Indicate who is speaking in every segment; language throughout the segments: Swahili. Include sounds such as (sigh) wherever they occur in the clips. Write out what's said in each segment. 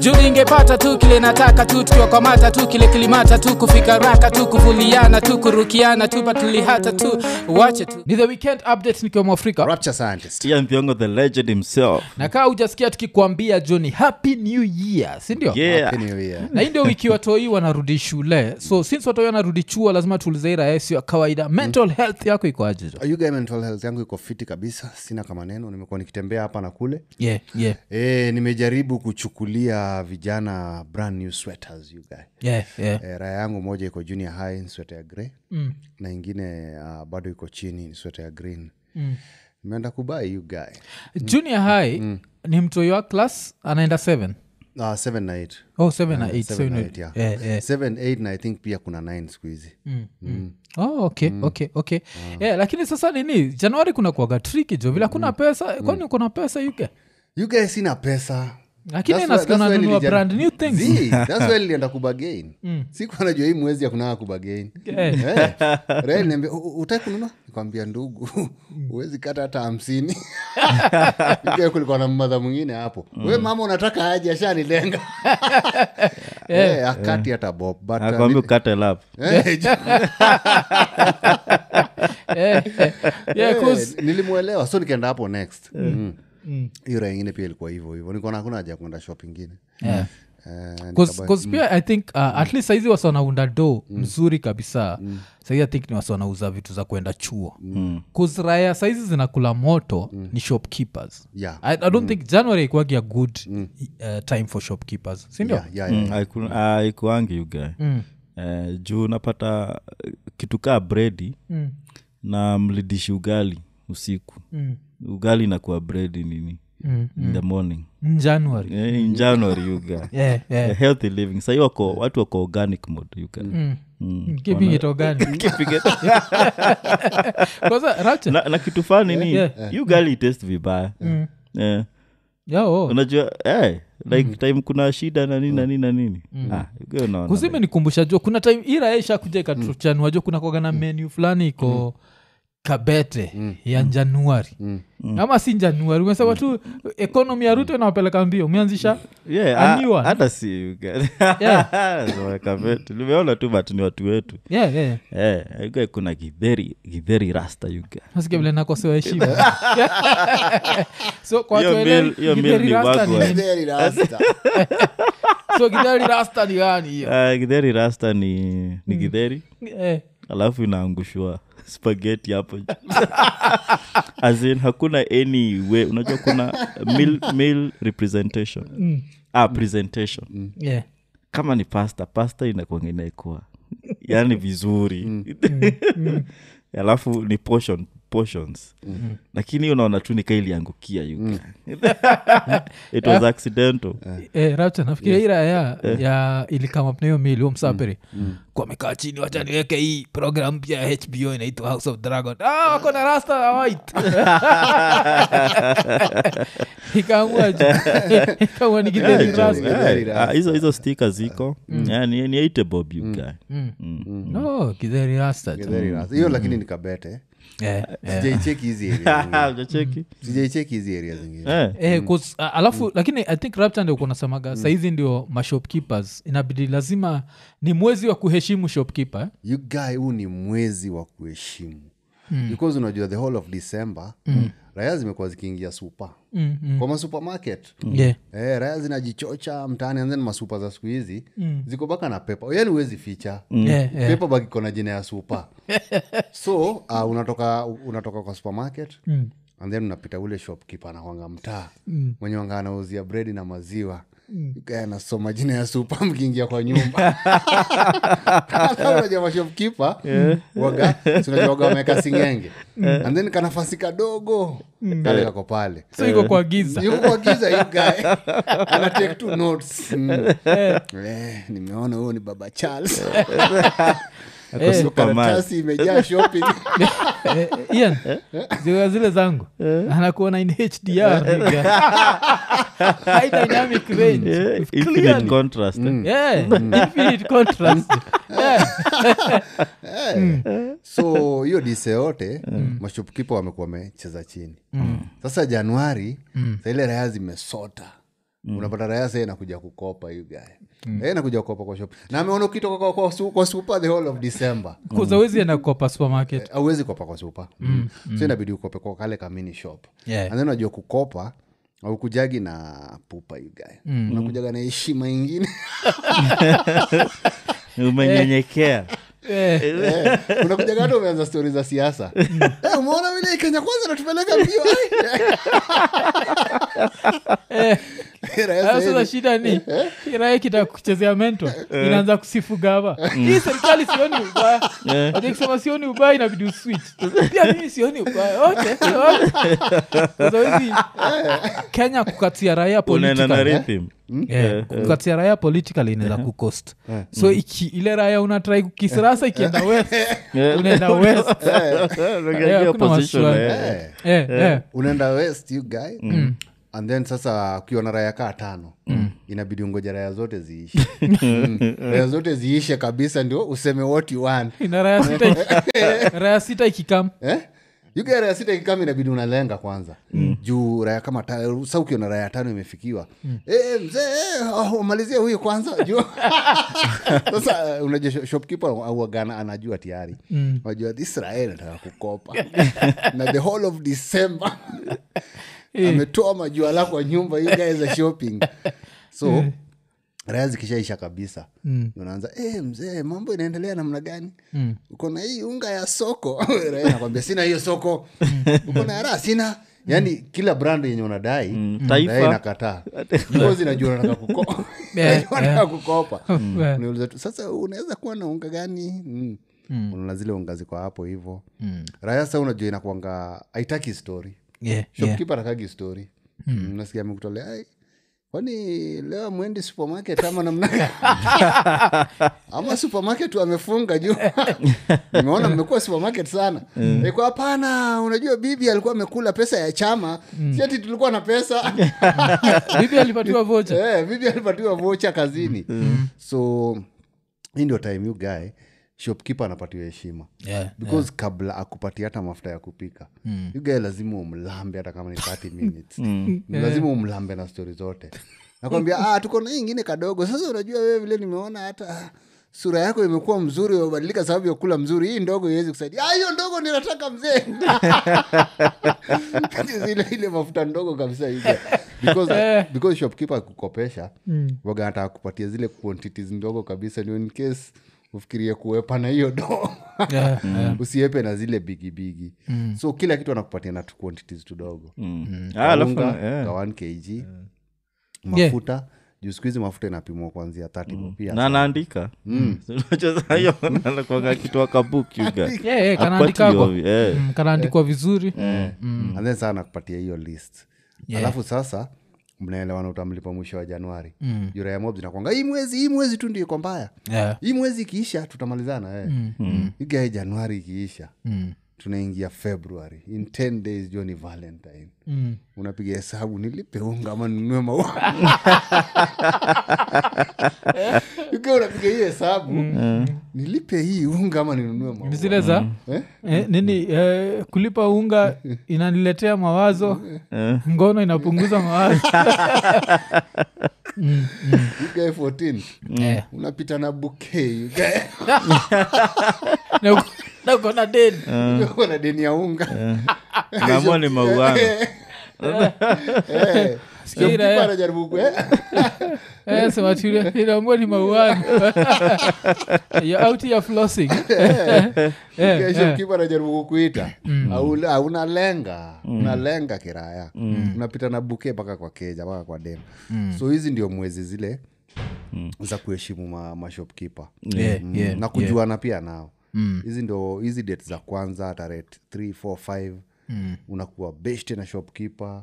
Speaker 1: juu ningepata tu kile nataka tu tukiwakwamata tu kile kilimata tu kufika raka tu kuvuliana tu kurukiana tu patulihata tu wache tu ni the weekend update nikiwa mwafrika
Speaker 2: rapture scientist
Speaker 3: tia mpiongo the legend himself
Speaker 1: na kaa hujasikia tukikwambia joni happy new year sindio
Speaker 3: yeah
Speaker 2: Happy New Year.
Speaker 1: na hii ndio wiki watoi wanarudi shule so since watoi wanarudi chuo lazima tulizaira yasio ya kawaida mental health yako iko ajizo
Speaker 2: Are you guy mental health yangu iko fiti kabisa sina kama neno nimekuwa nikitembea hapa na kule
Speaker 1: yeah, yeah,
Speaker 2: e, nimejaribu kuchukulia vijana brand new sweaters you guy
Speaker 1: yeah, yeah.
Speaker 2: e, raya yangu moja iko junior high ni sweta ya grey mm. na ingine uh, bado iko chini ni sweta ya green mm. imeenda kubai you guy
Speaker 1: junior high
Speaker 2: Mm.
Speaker 1: ni mtoi wa class anaenda 7
Speaker 2: uh, seven na eight
Speaker 1: oh 7 na 8 so you know-
Speaker 2: Ah, Seven na eight, yeah.
Speaker 1: yeah, yeah.
Speaker 2: Seven, eight na i think pia kuna nine siku hizi
Speaker 1: oh, okay,
Speaker 2: Mm.
Speaker 1: okay, okay. Yeah, lakini sasa nini januari kuna kuaga triki jo vile
Speaker 2: Mm.
Speaker 1: hakuna pesa kwani uko na pesa yuke
Speaker 2: you guy sina pesa
Speaker 1: Lakini
Speaker 2: That's why-
Speaker 1: nasikia
Speaker 2: that's why
Speaker 1: unanunua
Speaker 2: nilijaribu-
Speaker 1: brand new things. Mm.
Speaker 2: Zii,
Speaker 1: (laughs)
Speaker 2: that's why nilienda kubagain siku anajua hii mwezi akunaa kubagain Eh. niambia utaki kununua nikwambia ndugu
Speaker 1: Mm.
Speaker 2: huwezi kata hata hamsini (laughs) You guy kulikuwa na mmadha mwingine hapo we mama unataka aje ashanilenga
Speaker 1: (laughs)
Speaker 2: Eh, akati hata bob but, uh,
Speaker 3: akwambi ukate lap
Speaker 1: (laughs)
Speaker 2: eh, (laughs)
Speaker 1: yeah, yeah. yeah,
Speaker 2: Eh,
Speaker 1: 'cause-
Speaker 2: nilimwelewa so nikaenda hapo next
Speaker 1: Eh.
Speaker 2: Mm. hiyo raa ingine pia ilikuwa hivyo hivyo nikaona hakuna haja ya kuenda shop ingine
Speaker 1: yeah.
Speaker 2: Eh,
Speaker 1: Cause-
Speaker 2: nikaba-
Speaker 1: cause pia i think uh, at least saizi wasi wanaunda do mzuri kabisa mm. saizi i think ni wasi wanauza vitu za kwenda chuo mm. raya saizi zinakula moto mm. ni shopkeepers
Speaker 2: Yeah.
Speaker 1: I, i don't think january ikuagi a good uh, time for shopkeepers sindio
Speaker 2: Yeah,
Speaker 3: Mm,
Speaker 2: yeah, yeah.
Speaker 3: aikuangi yuga
Speaker 1: Mm.
Speaker 3: Eh, juu napata eh, kitu kaa bredi
Speaker 1: Mm.
Speaker 3: na mlidishi ugali usiku
Speaker 1: Mm.
Speaker 3: ugali inakuwa bredi nini
Speaker 1: Mm,
Speaker 3: in the morning
Speaker 1: Mm, january
Speaker 3: Eh, in january
Speaker 1: (laughs)
Speaker 3: yuga
Speaker 1: yeah, yeah.
Speaker 3: The healthy living sahii wako watu wako organic mode yuga
Speaker 1: Mm. keeping it organic (laughs) kwanza racha
Speaker 3: na, na kitu fani ni
Speaker 1: Yeah,
Speaker 3: you gali taste vibaya Eh,
Speaker 1: yeah, oh. Mm.
Speaker 3: unajua eh, like time kuna shida na nini na nini na nini Ah, hiyo unaona,
Speaker 1: Kuzi
Speaker 3: like,
Speaker 1: imenikumbusha jua kuna time ira ishakuja ikatuchanua jua kuna
Speaker 3: Mm.
Speaker 1: kwaga na menu fulani iko kabete ya
Speaker 3: Mm.
Speaker 1: januari ama si januari umesema tu ekonomi ya ruto inawapeleka mbio umeanzisha
Speaker 3: yeah,
Speaker 1: a
Speaker 3: ah,
Speaker 1: new one.
Speaker 3: hata si you gali. (laughs) Sawa, kavetu. nimeona tu but ni watu wetu
Speaker 1: yeah, yeah.
Speaker 3: eh, yuga kuna gidheri gidheri rasta yuga
Speaker 1: nasikia vile nakosewa
Speaker 3: (laughs)
Speaker 1: heshima (laughs) so kwa watu
Speaker 3: Hiyo
Speaker 1: waelewi,
Speaker 3: meal- hiyo meal
Speaker 1: Githeri
Speaker 3: ni
Speaker 1: rasta ni
Speaker 3: bagwa.
Speaker 1: nini?
Speaker 2: Very rasta.
Speaker 1: so githeri rasta ni gani
Speaker 3: (laughs)
Speaker 1: hiyo
Speaker 3: Ah, gidheri rasta ni ni gidheri
Speaker 1: Eh,
Speaker 3: alafu inaangushwa (laughs) spageti hapo juu. (laughs) As in, hakuna any way unajua kuna meal, meal representation ah, presentation
Speaker 1: yeah.
Speaker 3: kama ni pasta pasta inakuanga inaikuwa yaani vizuri
Speaker 1: Mm.
Speaker 3: (laughs) alafu ni portion portions lakini hiyo naona tu nika iliangukia yuka (laughs) it was accidental
Speaker 1: Mm. Eh, racha nafikiria ira ya,
Speaker 3: Eh.
Speaker 1: ya ilikamapnahiyo mili
Speaker 3: Mm.
Speaker 1: huo msaperi kwamekaa chini wacha niweke hii program mpya ya hbo inaitwa house of dragon ah, wako na rasta na
Speaker 3: (laughs)
Speaker 1: white ikaamua ju-
Speaker 3: (laughs)
Speaker 1: ikaamua ni
Speaker 3: Yeah,
Speaker 1: kidheri
Speaker 3: it's
Speaker 1: rasta
Speaker 3: all-
Speaker 2: very
Speaker 3: yeah. Eh, Ah, hizo hizo stika ziko
Speaker 1: Mm.
Speaker 3: Yeah, ni ni eatable you guy. (laughs)
Speaker 1: no kidheri rasta tu.
Speaker 2: Very rasta. hiyo lakini nikabete
Speaker 1: Eh, eh.
Speaker 2: sijaicheki hizi
Speaker 3: (laughs)
Speaker 2: area zingine.
Speaker 3: Hujacheki?
Speaker 1: Mm.
Speaker 2: sijaicheki hizi area zingine
Speaker 3: Ah, Eh.
Speaker 1: Eh, 'cause, a-
Speaker 3: Mm.
Speaker 1: alafu lakini i think rapta ndio kunasemaga saizi ndio mashopkeepers inabidi lazima ni mwezi wa kuheshimu shopkeeper eh?
Speaker 2: you guy huu ni mwezi wa kuheshimu because unajua the whole of december raya zimekuwa zikiingia supa kwa masupermarket
Speaker 3: Mm.
Speaker 1: yeah.
Speaker 2: Eh, raya zinajichocha mtaani anzen masupa za siku hizi ziko baka na pepa Oh, yani huwezi ficha
Speaker 1: Yeah, yeah.
Speaker 2: pepa baki iko na jina ya (laughs) supa so uh, unatoka unatoka kwa supermarket mm. and then unapita ule shopkeeper anawanga mtaa mm. mwenye wanga anauzia bredi na maziwa Guy anasoma jina ya supa (laughs) mkiingia kwa (laughs) nyumba Unajua mashopkeeper, waga si unajua waga wameweka singenge and then kanafasi kadogo kale kako pale
Speaker 1: so
Speaker 3: Eh.
Speaker 1: iko kwa giza
Speaker 2: yuko kwa giza you guy. Ana take two notes. Mm. Eh, nimeona huyo ni baba charles (laughs)
Speaker 3: Ako
Speaker 1: Eh.
Speaker 3: superman.
Speaker 2: karatasi (laughs) imejaa shopping
Speaker 1: Eh, Ian, zile zile zangu
Speaker 3: Eh.
Speaker 1: anakuona in hdr (laughs) high dynamic range
Speaker 3: Eh,
Speaker 1: with
Speaker 3: infinite
Speaker 1: clearly-
Speaker 3: contrast, eh.
Speaker 1: Yeah, infinite
Speaker 3: (laughs)
Speaker 1: contrast. Eh, Yeah.
Speaker 2: so hiyo dise yote mashopkipa wamekuwa wamecheza chini sasa januari mm. saile raya zimesota mm. unapata raya sa nakuja kukopa hiyu gaya mm. nakuja kukopa kwa shop na ameona ukitoka kwa, kwa, su- kwa super the whole of december
Speaker 3: Mm.
Speaker 1: kuzawezi enda kukopa supermarket
Speaker 2: auwezi kopa kwa supa mm. so inabidi ukope kwa kale kamini shop
Speaker 1: Yeah.
Speaker 2: and then unajua kukopa aukujagi na pupa ugae mm. unakujaga na heshima ingine
Speaker 3: Eh, umenyenyekea
Speaker 1: Eh,
Speaker 2: Eh, unakujaga hata umeanza stori za (laughs) siasa Eh, umeona vile kenya kwanza natupeleka mbio (laughs) ai?
Speaker 3: Eh,
Speaker 2: Raia
Speaker 1: Eh, sasa
Speaker 2: Eh. sasa hivi-
Speaker 1: shida ni raia kitaka kuchezea mento
Speaker 3: Eh.
Speaker 1: inaanza kusifu gava
Speaker 3: Mm.
Speaker 1: hii serikali sioni ubaya
Speaker 3: Eh,
Speaker 1: wakisema sioni ubaya inabidi uswitch pia mimi sioni ubaya okay,
Speaker 3: (laughs)
Speaker 1: okay. Kwa sababu kenya kukatia raia
Speaker 3: unaenda na
Speaker 1: political eh?
Speaker 3: rhythm
Speaker 1: Yeah, kukatia raya political inaweza kukost so iki, ile raya unatrai kisirasa ikienda west
Speaker 3: (laughs)
Speaker 1: unaenda west
Speaker 3: Unaangalia
Speaker 1: Eh, hakuna
Speaker 3: Eh. position,
Speaker 1: wasiwasi.
Speaker 3: eh.
Speaker 2: Eh,
Speaker 1: Eh, eh.
Speaker 2: unaenda west you guy and then sasa ukiona raya kaa tano inabidi ungoja raya zote (laughs) ziishe Mm. raya zote ziishe kabisa ndio useme what you want
Speaker 1: ina raya sita iki- raya sita ikikam
Speaker 2: eh? yuga raya sita ikikama inabidi unalenga kwanza mm. juu raya kama ta- sa ukiona raya tano imefikiwa mm. eh, mzee eh, oh, umalizie huyu kwanza (laughs) juu (laughs) sasa eh, unajua shop- shopkeeper auagana anajua tiari mm. najua israel nataka kukopa (laughs) na the whole of december ametoa majuala kwa nyumba yugaza shopping so raya zikishaisha kabisa Eh. mm. unaanza e, mzee mambo inaendelea namna gani mm. uko na hii unga ya soko (laughs) Raya anakwambia sina hiyo soko (laughs) uko na raha sina yaani kila brand yenye unadai mm.
Speaker 3: Taifa.
Speaker 2: inakataa Because inajua unataka (laughs) kuko-
Speaker 1: Yeah,
Speaker 2: inajua unataka kukopa
Speaker 1: Yeah.
Speaker 2: Unauliza tu, sasa unaweza kuwa na unga gani mm. unaona zile unga ziko hapo hivo mm. raya sa unajua inakwanga haitaki story
Speaker 1: yeah, yeah.
Speaker 2: shopkipa atakagi story mm. nasikia amekutolea "Ai, kwani leo mwendi supermarket ama (laughs) namna ama supermarket wamefunga (laughs) juu nimeona mmekuwa supermarket sana mm. kwa hapana unajua bibi alikuwa amekula pesa ya chama si ati tulikuwa na (laughs) pesa
Speaker 1: bibi alipatiwa
Speaker 2: (laughs)
Speaker 1: vocha
Speaker 2: Eh, bibi alipatiwa vocha kazini so hii ndio time you guy shopkeeper anapatiwa heshima
Speaker 1: Yeah,
Speaker 2: because yeah. kabla akupatia hata mafuta ya kupika mm. yugae lazima umlambe hata kama ni (laughs) 30 minutes mm. lazima umlambe na stori zote nakwambia ah, tuko na hii ingine kadogo sasa unajua wewe vile nimeona hata ah, sura yako imekuwa mzuri umebadilika sababu ya kula mzuri hii ndogo iwezi kusaidia "Ah, hiyo ndogo ninataka mzee (laughs) ile, Yaani ile mafuta ndogo kabisa (laughs) yugae. because, because shopkeeper akukopesha Eh. mm. waga anataka kupatia zile quantities ndogo kabisa ndio in case ufikirie kuepana hiyo (laughs) doo
Speaker 1: Yeah, yeah.
Speaker 2: usiepe na zile bigibigi mm. so kila kitu anakupatia na tu quantities tudogo
Speaker 3: Mm. Ah, alafu- Eh.
Speaker 2: Unga
Speaker 3: yeah.
Speaker 2: ka 1 kg mafuta juu siku hizi mafuta inapimwa kuanzia 30 pia
Speaker 3: Mm. na anaandika (laughs) nachozayonakwanga akitoa
Speaker 1: Yeah, yeah, kanaandikagwa.
Speaker 3: Eh,
Speaker 1: Mm, kanaandikwa vizuri
Speaker 2: mm. and then saa anakupatia hiyo list yeah. alafu sasa mnaelewana utamlipa mwisho wa januari mm. jura ya mob zinakwanga hii mwezi hii mwezi tu ndio iko mbaya
Speaker 1: Yeah.
Speaker 2: hii mwezi ikiisha tutamalizana eh. mm. igae januari ikiisha mm. tunaingia february in 10 days jo ni valentine mm. unapiga hesabu nilipe unga ama ninunue (laughs) maua ukiwa unapiga hii hesabu nilipe hii unga ama ninunue maua
Speaker 1: Ni zile za
Speaker 2: Eh?
Speaker 1: eh, nini eh, kulipa unga inaniletea mawazo
Speaker 3: eh.
Speaker 1: ngono inapunguza mawazo
Speaker 2: ugae 14
Speaker 1: Eh.
Speaker 2: unapita na bouquet, ugae
Speaker 1: Na uko- na uko na deni
Speaker 2: (laughs) uko na deni ya unga
Speaker 3: Naamua ni mauano.
Speaker 2: (laughs) Eh.
Speaker 1: Sikia hii
Speaker 2: Shopkeeper
Speaker 1: raya.
Speaker 2: anajaribu ku- eh.
Speaker 1: Eh, sema tu ile- ile ambayo ni mauano (laughs) You're out here flossing. Eh,
Speaker 2: kesho
Speaker 1: eh. Mm.
Speaker 2: kipa anajaribu kukuita Au- au unalenga unalenga kiraya
Speaker 1: Mm.
Speaker 2: unapita na buke mpaka kwa keja mpaka kwa dem so hizi ndio mwezi zile za kuheshimu ma, mashopkeeper
Speaker 1: Yeah,
Speaker 2: Mm,
Speaker 1: yeah, Mm.
Speaker 2: na kujuana pia nao hizi ndo hizi date za kwanza tarehe 3 4 5
Speaker 1: Mm.
Speaker 2: unakuwa best na shopkeeper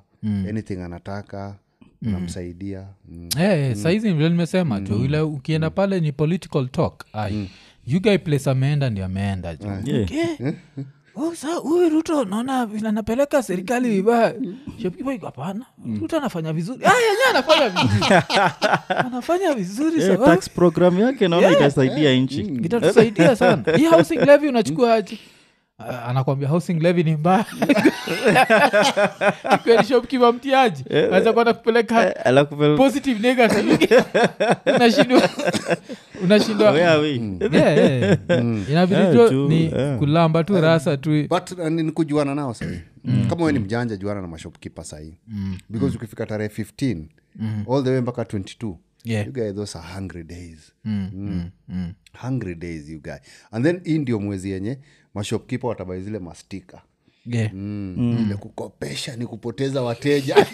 Speaker 2: anything anataka unamsaidia mm.
Speaker 1: Eh, eh, saizi vile nimesema tu ile ukienda pale ni political talk ai you guy place ameenda ndio ameenda ju Okay. Oh, sa huyu ruto naona vile anapeleka serikali vibaya Shopkeeper yuko, hapana ruto anafanya vizuri Ah, yenyewe anafanya vizuri anafanya vizuri sababu
Speaker 3: Eh, tax
Speaker 1: Mm.
Speaker 3: program yake naona itasaidia nchi
Speaker 1: itatusaidia sana hii housing levy unachukua aje a- anakwambia housing levy ni mbaya kweli shopkipa mtiaji anaweza kwenda
Speaker 3: Eh,
Speaker 1: kupeleka
Speaker 3: alakupelawea
Speaker 1: positive negative unashindwa
Speaker 3: Oh,
Speaker 1: unashindwa
Speaker 3: Eh,
Speaker 1: Yeah, yeah. inabidi
Speaker 3: Yeah,
Speaker 1: tu
Speaker 3: tu,
Speaker 1: ni
Speaker 3: yeah.
Speaker 1: kulamba tu rasa tu
Speaker 2: but uh, ni- ni kujuana nao sahii kama we ni mjanja juana na mashopkipa sahii because ukifika tarehe 15 all the way mpaka 22
Speaker 1: Yeah.
Speaker 2: you guys those are hungry days Mm. hungry days you guys and then hii ndio mwezi yenye mashopkipa watabai zile mastika
Speaker 1: yeah.
Speaker 2: mm. ile kukopesha ni kupoteza wateja (laughs)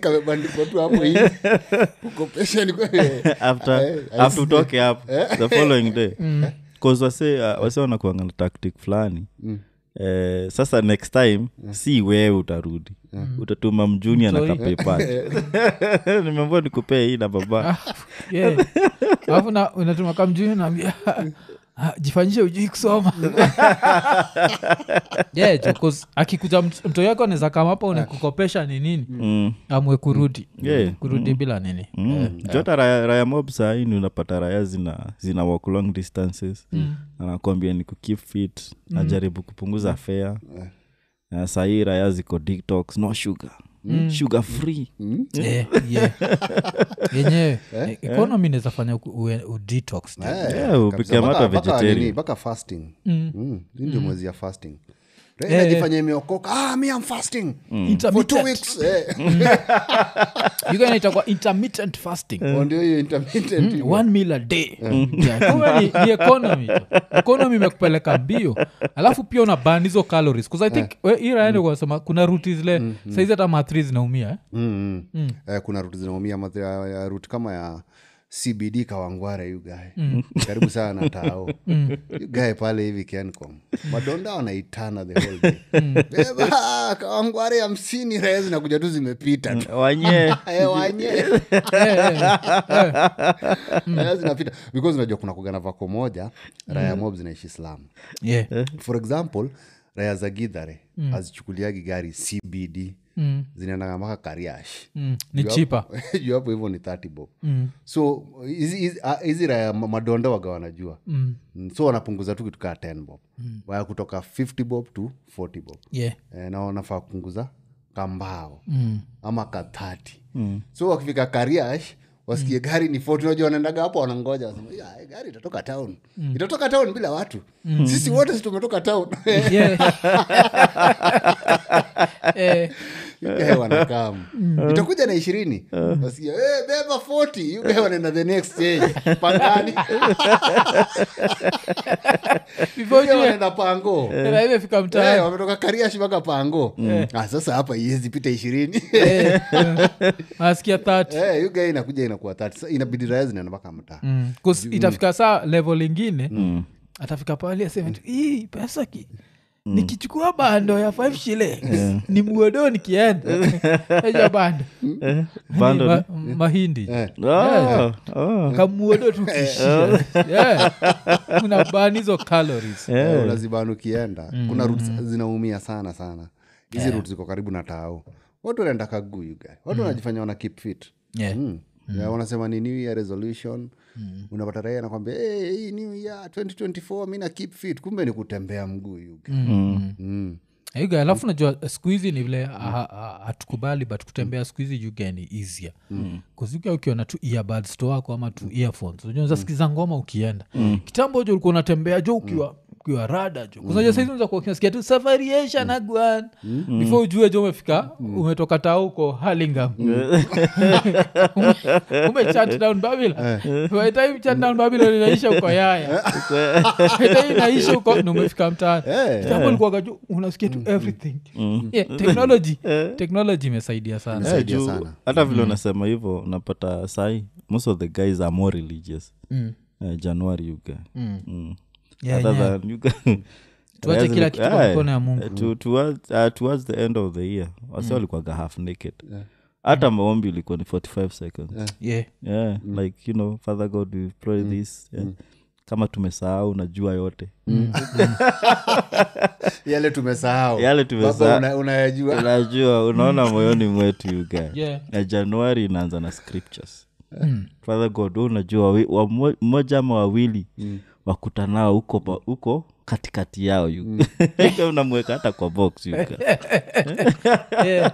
Speaker 2: kamebandikwa tu hapo (laughs) hivi kukopesha ni (laughs) kwe-
Speaker 3: after
Speaker 2: I
Speaker 3: after utoke hapo the following day bcause wase uh, wase wanakuanga na tactic fulani Eh, sasa next time si wewe utarudi utatuma mjuni na
Speaker 1: Sorry.
Speaker 3: kapepa (laughs) nimeambua nikupee hii na
Speaker 1: Ah.
Speaker 3: baba
Speaker 1: Yeah. alafu na- unatuma kamjuni naambia "Ah, jifanyishe ujui kusoma yeah, jo, 'cause akikuja mt- mto yako anaweza kama hapo nikukopesha ni nini
Speaker 3: mm.
Speaker 1: amwe kurudi
Speaker 3: Yeah.
Speaker 1: kurudi bila nini
Speaker 3: Mm.
Speaker 2: Eh,
Speaker 3: jota raya, raya mob saini unapata raya zina, zina walk long distances anakwambia ni kukeep fit najaribu kupunguza
Speaker 2: Mm.
Speaker 3: fea
Speaker 2: Eh.
Speaker 3: Na sahii raya ziko tiktoks no sugar
Speaker 2: Mm.
Speaker 3: sugar free
Speaker 1: Yeah, yeah. yenyewe ekonomi naweza fanya ku- ue- udetox tu.
Speaker 2: Eh,
Speaker 3: Yeah, upikie
Speaker 2: kabisa.
Speaker 3: hata
Speaker 2: Mpaka- mpaka
Speaker 3: vegetarian.
Speaker 2: nini, mpaka fasting Mm, Eh. hii ndio mwezi ya fasting najifanya imeokoka ah, me I'm fasting for
Speaker 3: Mm.
Speaker 2: two
Speaker 1: Intermittent.
Speaker 2: weeks Eh,
Speaker 1: You can ita kwa intermittent fasting
Speaker 2: Eh. (laughs) ndio hiyo intermittent hiyo.
Speaker 1: one meal a day Yeah, kumbe ni, ni economy economy imekupeleka mbio alafu pia una ban hizo calories bcause i think we- hii raende kwasema kuna ruti zile saizi hata mathri zinaumia eh?
Speaker 2: Mm, mm. Eh, kuna rut zinaumia mathe- ya- ya rut kama ya cbd kawangware yugae karibu sana na (laughs) tao yugae pale hivi kencom madonda wanaitana the whole day beba kawangware hamsini raia zinakuja tu zimepita tu
Speaker 3: wanye
Speaker 2: Eh, (laughs) wanye Raia zinapita because unajua kuna kugana vako moja raya mob zinaishi slam
Speaker 1: yeah.
Speaker 2: for example raya za gidhare azichukuliagi gari cbd mm. zinaendaga mpaka kariash
Speaker 1: Mm, ni
Speaker 2: Juu
Speaker 1: chipa
Speaker 2: hapo- (laughs) juu hapo hivyo ni 30 bob so hizi- hizi- ah, hizi raya ma- madonda waga wanajua Mm, so wanapunguza tu kitu kaa 10 bob waya kutoka 50 bob to 40 bob
Speaker 1: (laughs) yeah.
Speaker 2: eh, na wanafaa kupunguza kambao mm. ama kathati mm. so wakifika kariash wasikie gari ni fort unajua wanaendaga hapo wanangoja wanasema, "Ya, gari itatoka town itatoka town bila watu sisi wote si tumetoka town (laughs)
Speaker 1: Yeah. (laughs) Eh,
Speaker 2: Yugae wanakam itakuja na ishirini wasikia "Eh, beba 40 Yugae wanaenda the next change (laughs) pangani
Speaker 1: before
Speaker 2: Yugae
Speaker 1: you-
Speaker 2: wanaenda pango
Speaker 1: na imefika
Speaker 2: Eh,
Speaker 1: mtaani
Speaker 2: wametoka kariashi mpaka pango ah, sasa hapa iwezi pita ishirini (laughs)
Speaker 1: Eh, eh, nasikia tati
Speaker 2: Eh, hiyo gari inakuja inakuwa 30. Sasa inabidi raia zinaenda mpaka mtaa
Speaker 1: Mm. itafika saa level ingine atafika pali aseme tu hii pesa ki nikichukua bando ya 5 shile ni muodo nikienda eja bando
Speaker 3: bando
Speaker 1: Ma- mahindi
Speaker 3: Oh, oh.
Speaker 1: kamuodo tu kishia Yeah. kuna ban hizo calories
Speaker 2: Eh, unazibana ukienda kuna rut zinaumia sana sana hizi rut ziko karibu na tao watu wanaenda kaguu you guy. watu wanajifanya wana keep fit
Speaker 1: Yeah.
Speaker 2: Mm. Yeah, wanasema ni new year resolution unapata raia nakwambia hey, hii new year 2024 mi na keep fit kumbe ni kutembea mguu you guy. Mm.
Speaker 1: Ayuga, alafu najua siku hizi ni vile ha- ha- hatukubali but kutembea siku hizi juga ni easier kuzuka ukiona tu earbuds to wako ama tu earphones unajua unaweza sikiza ngoma ukienda kitambo jo ulikuwa unatembea jo ukiwa ukiwa rada jo kunaja saizi unaweza kuwa unasikia tu safari yesha na gwan before ujue jo umefika umetoka taa huko halingam ume chat down babila by the time chat down babila inaisha uko yaya by the time inaisha uko na umefika mtaani
Speaker 2: Eh.
Speaker 1: kitambo ulikuwaga tu unasikia tu everything yeah, technology technology imesaidia sana
Speaker 3: Eh,
Speaker 2: Saidia
Speaker 3: juu,
Speaker 2: sana. Mm.
Speaker 3: hata vile unasema hivyo unapata sai most of the guys are more religious Eh, january you guy. Mm.
Speaker 1: Yeah,
Speaker 3: Other
Speaker 1: yeah.
Speaker 3: than you
Speaker 1: (laughs)
Speaker 3: guy-
Speaker 1: Tuache
Speaker 3: Guys
Speaker 1: kila
Speaker 3: look-
Speaker 1: kitu kwa
Speaker 3: eh,
Speaker 1: mkono ya Mungu. Mm.
Speaker 3: eh, to- towards- uh, towards the end of the year wasi walikuwaga half naked hata maombi ilikuwa ni 45 seconds
Speaker 1: Yeah.
Speaker 3: yeah, like you know father god we pray this yeah. kama tumesahau najua yote
Speaker 2: yale tumesahau
Speaker 3: Yale tumesahau.
Speaker 2: Baba, una- unayajua
Speaker 3: (laughs) unajua unaona moyoni mwetu yuga
Speaker 1: Mm. (laughs) Yeah. Mm.
Speaker 3: na januari inaanza na scriptures father god we unajua wi- wa- mo- mmoja ama wawili wakutanao huko pa- huko katikati yao yu (laughs) unamweka hata kwa box yu. Eh,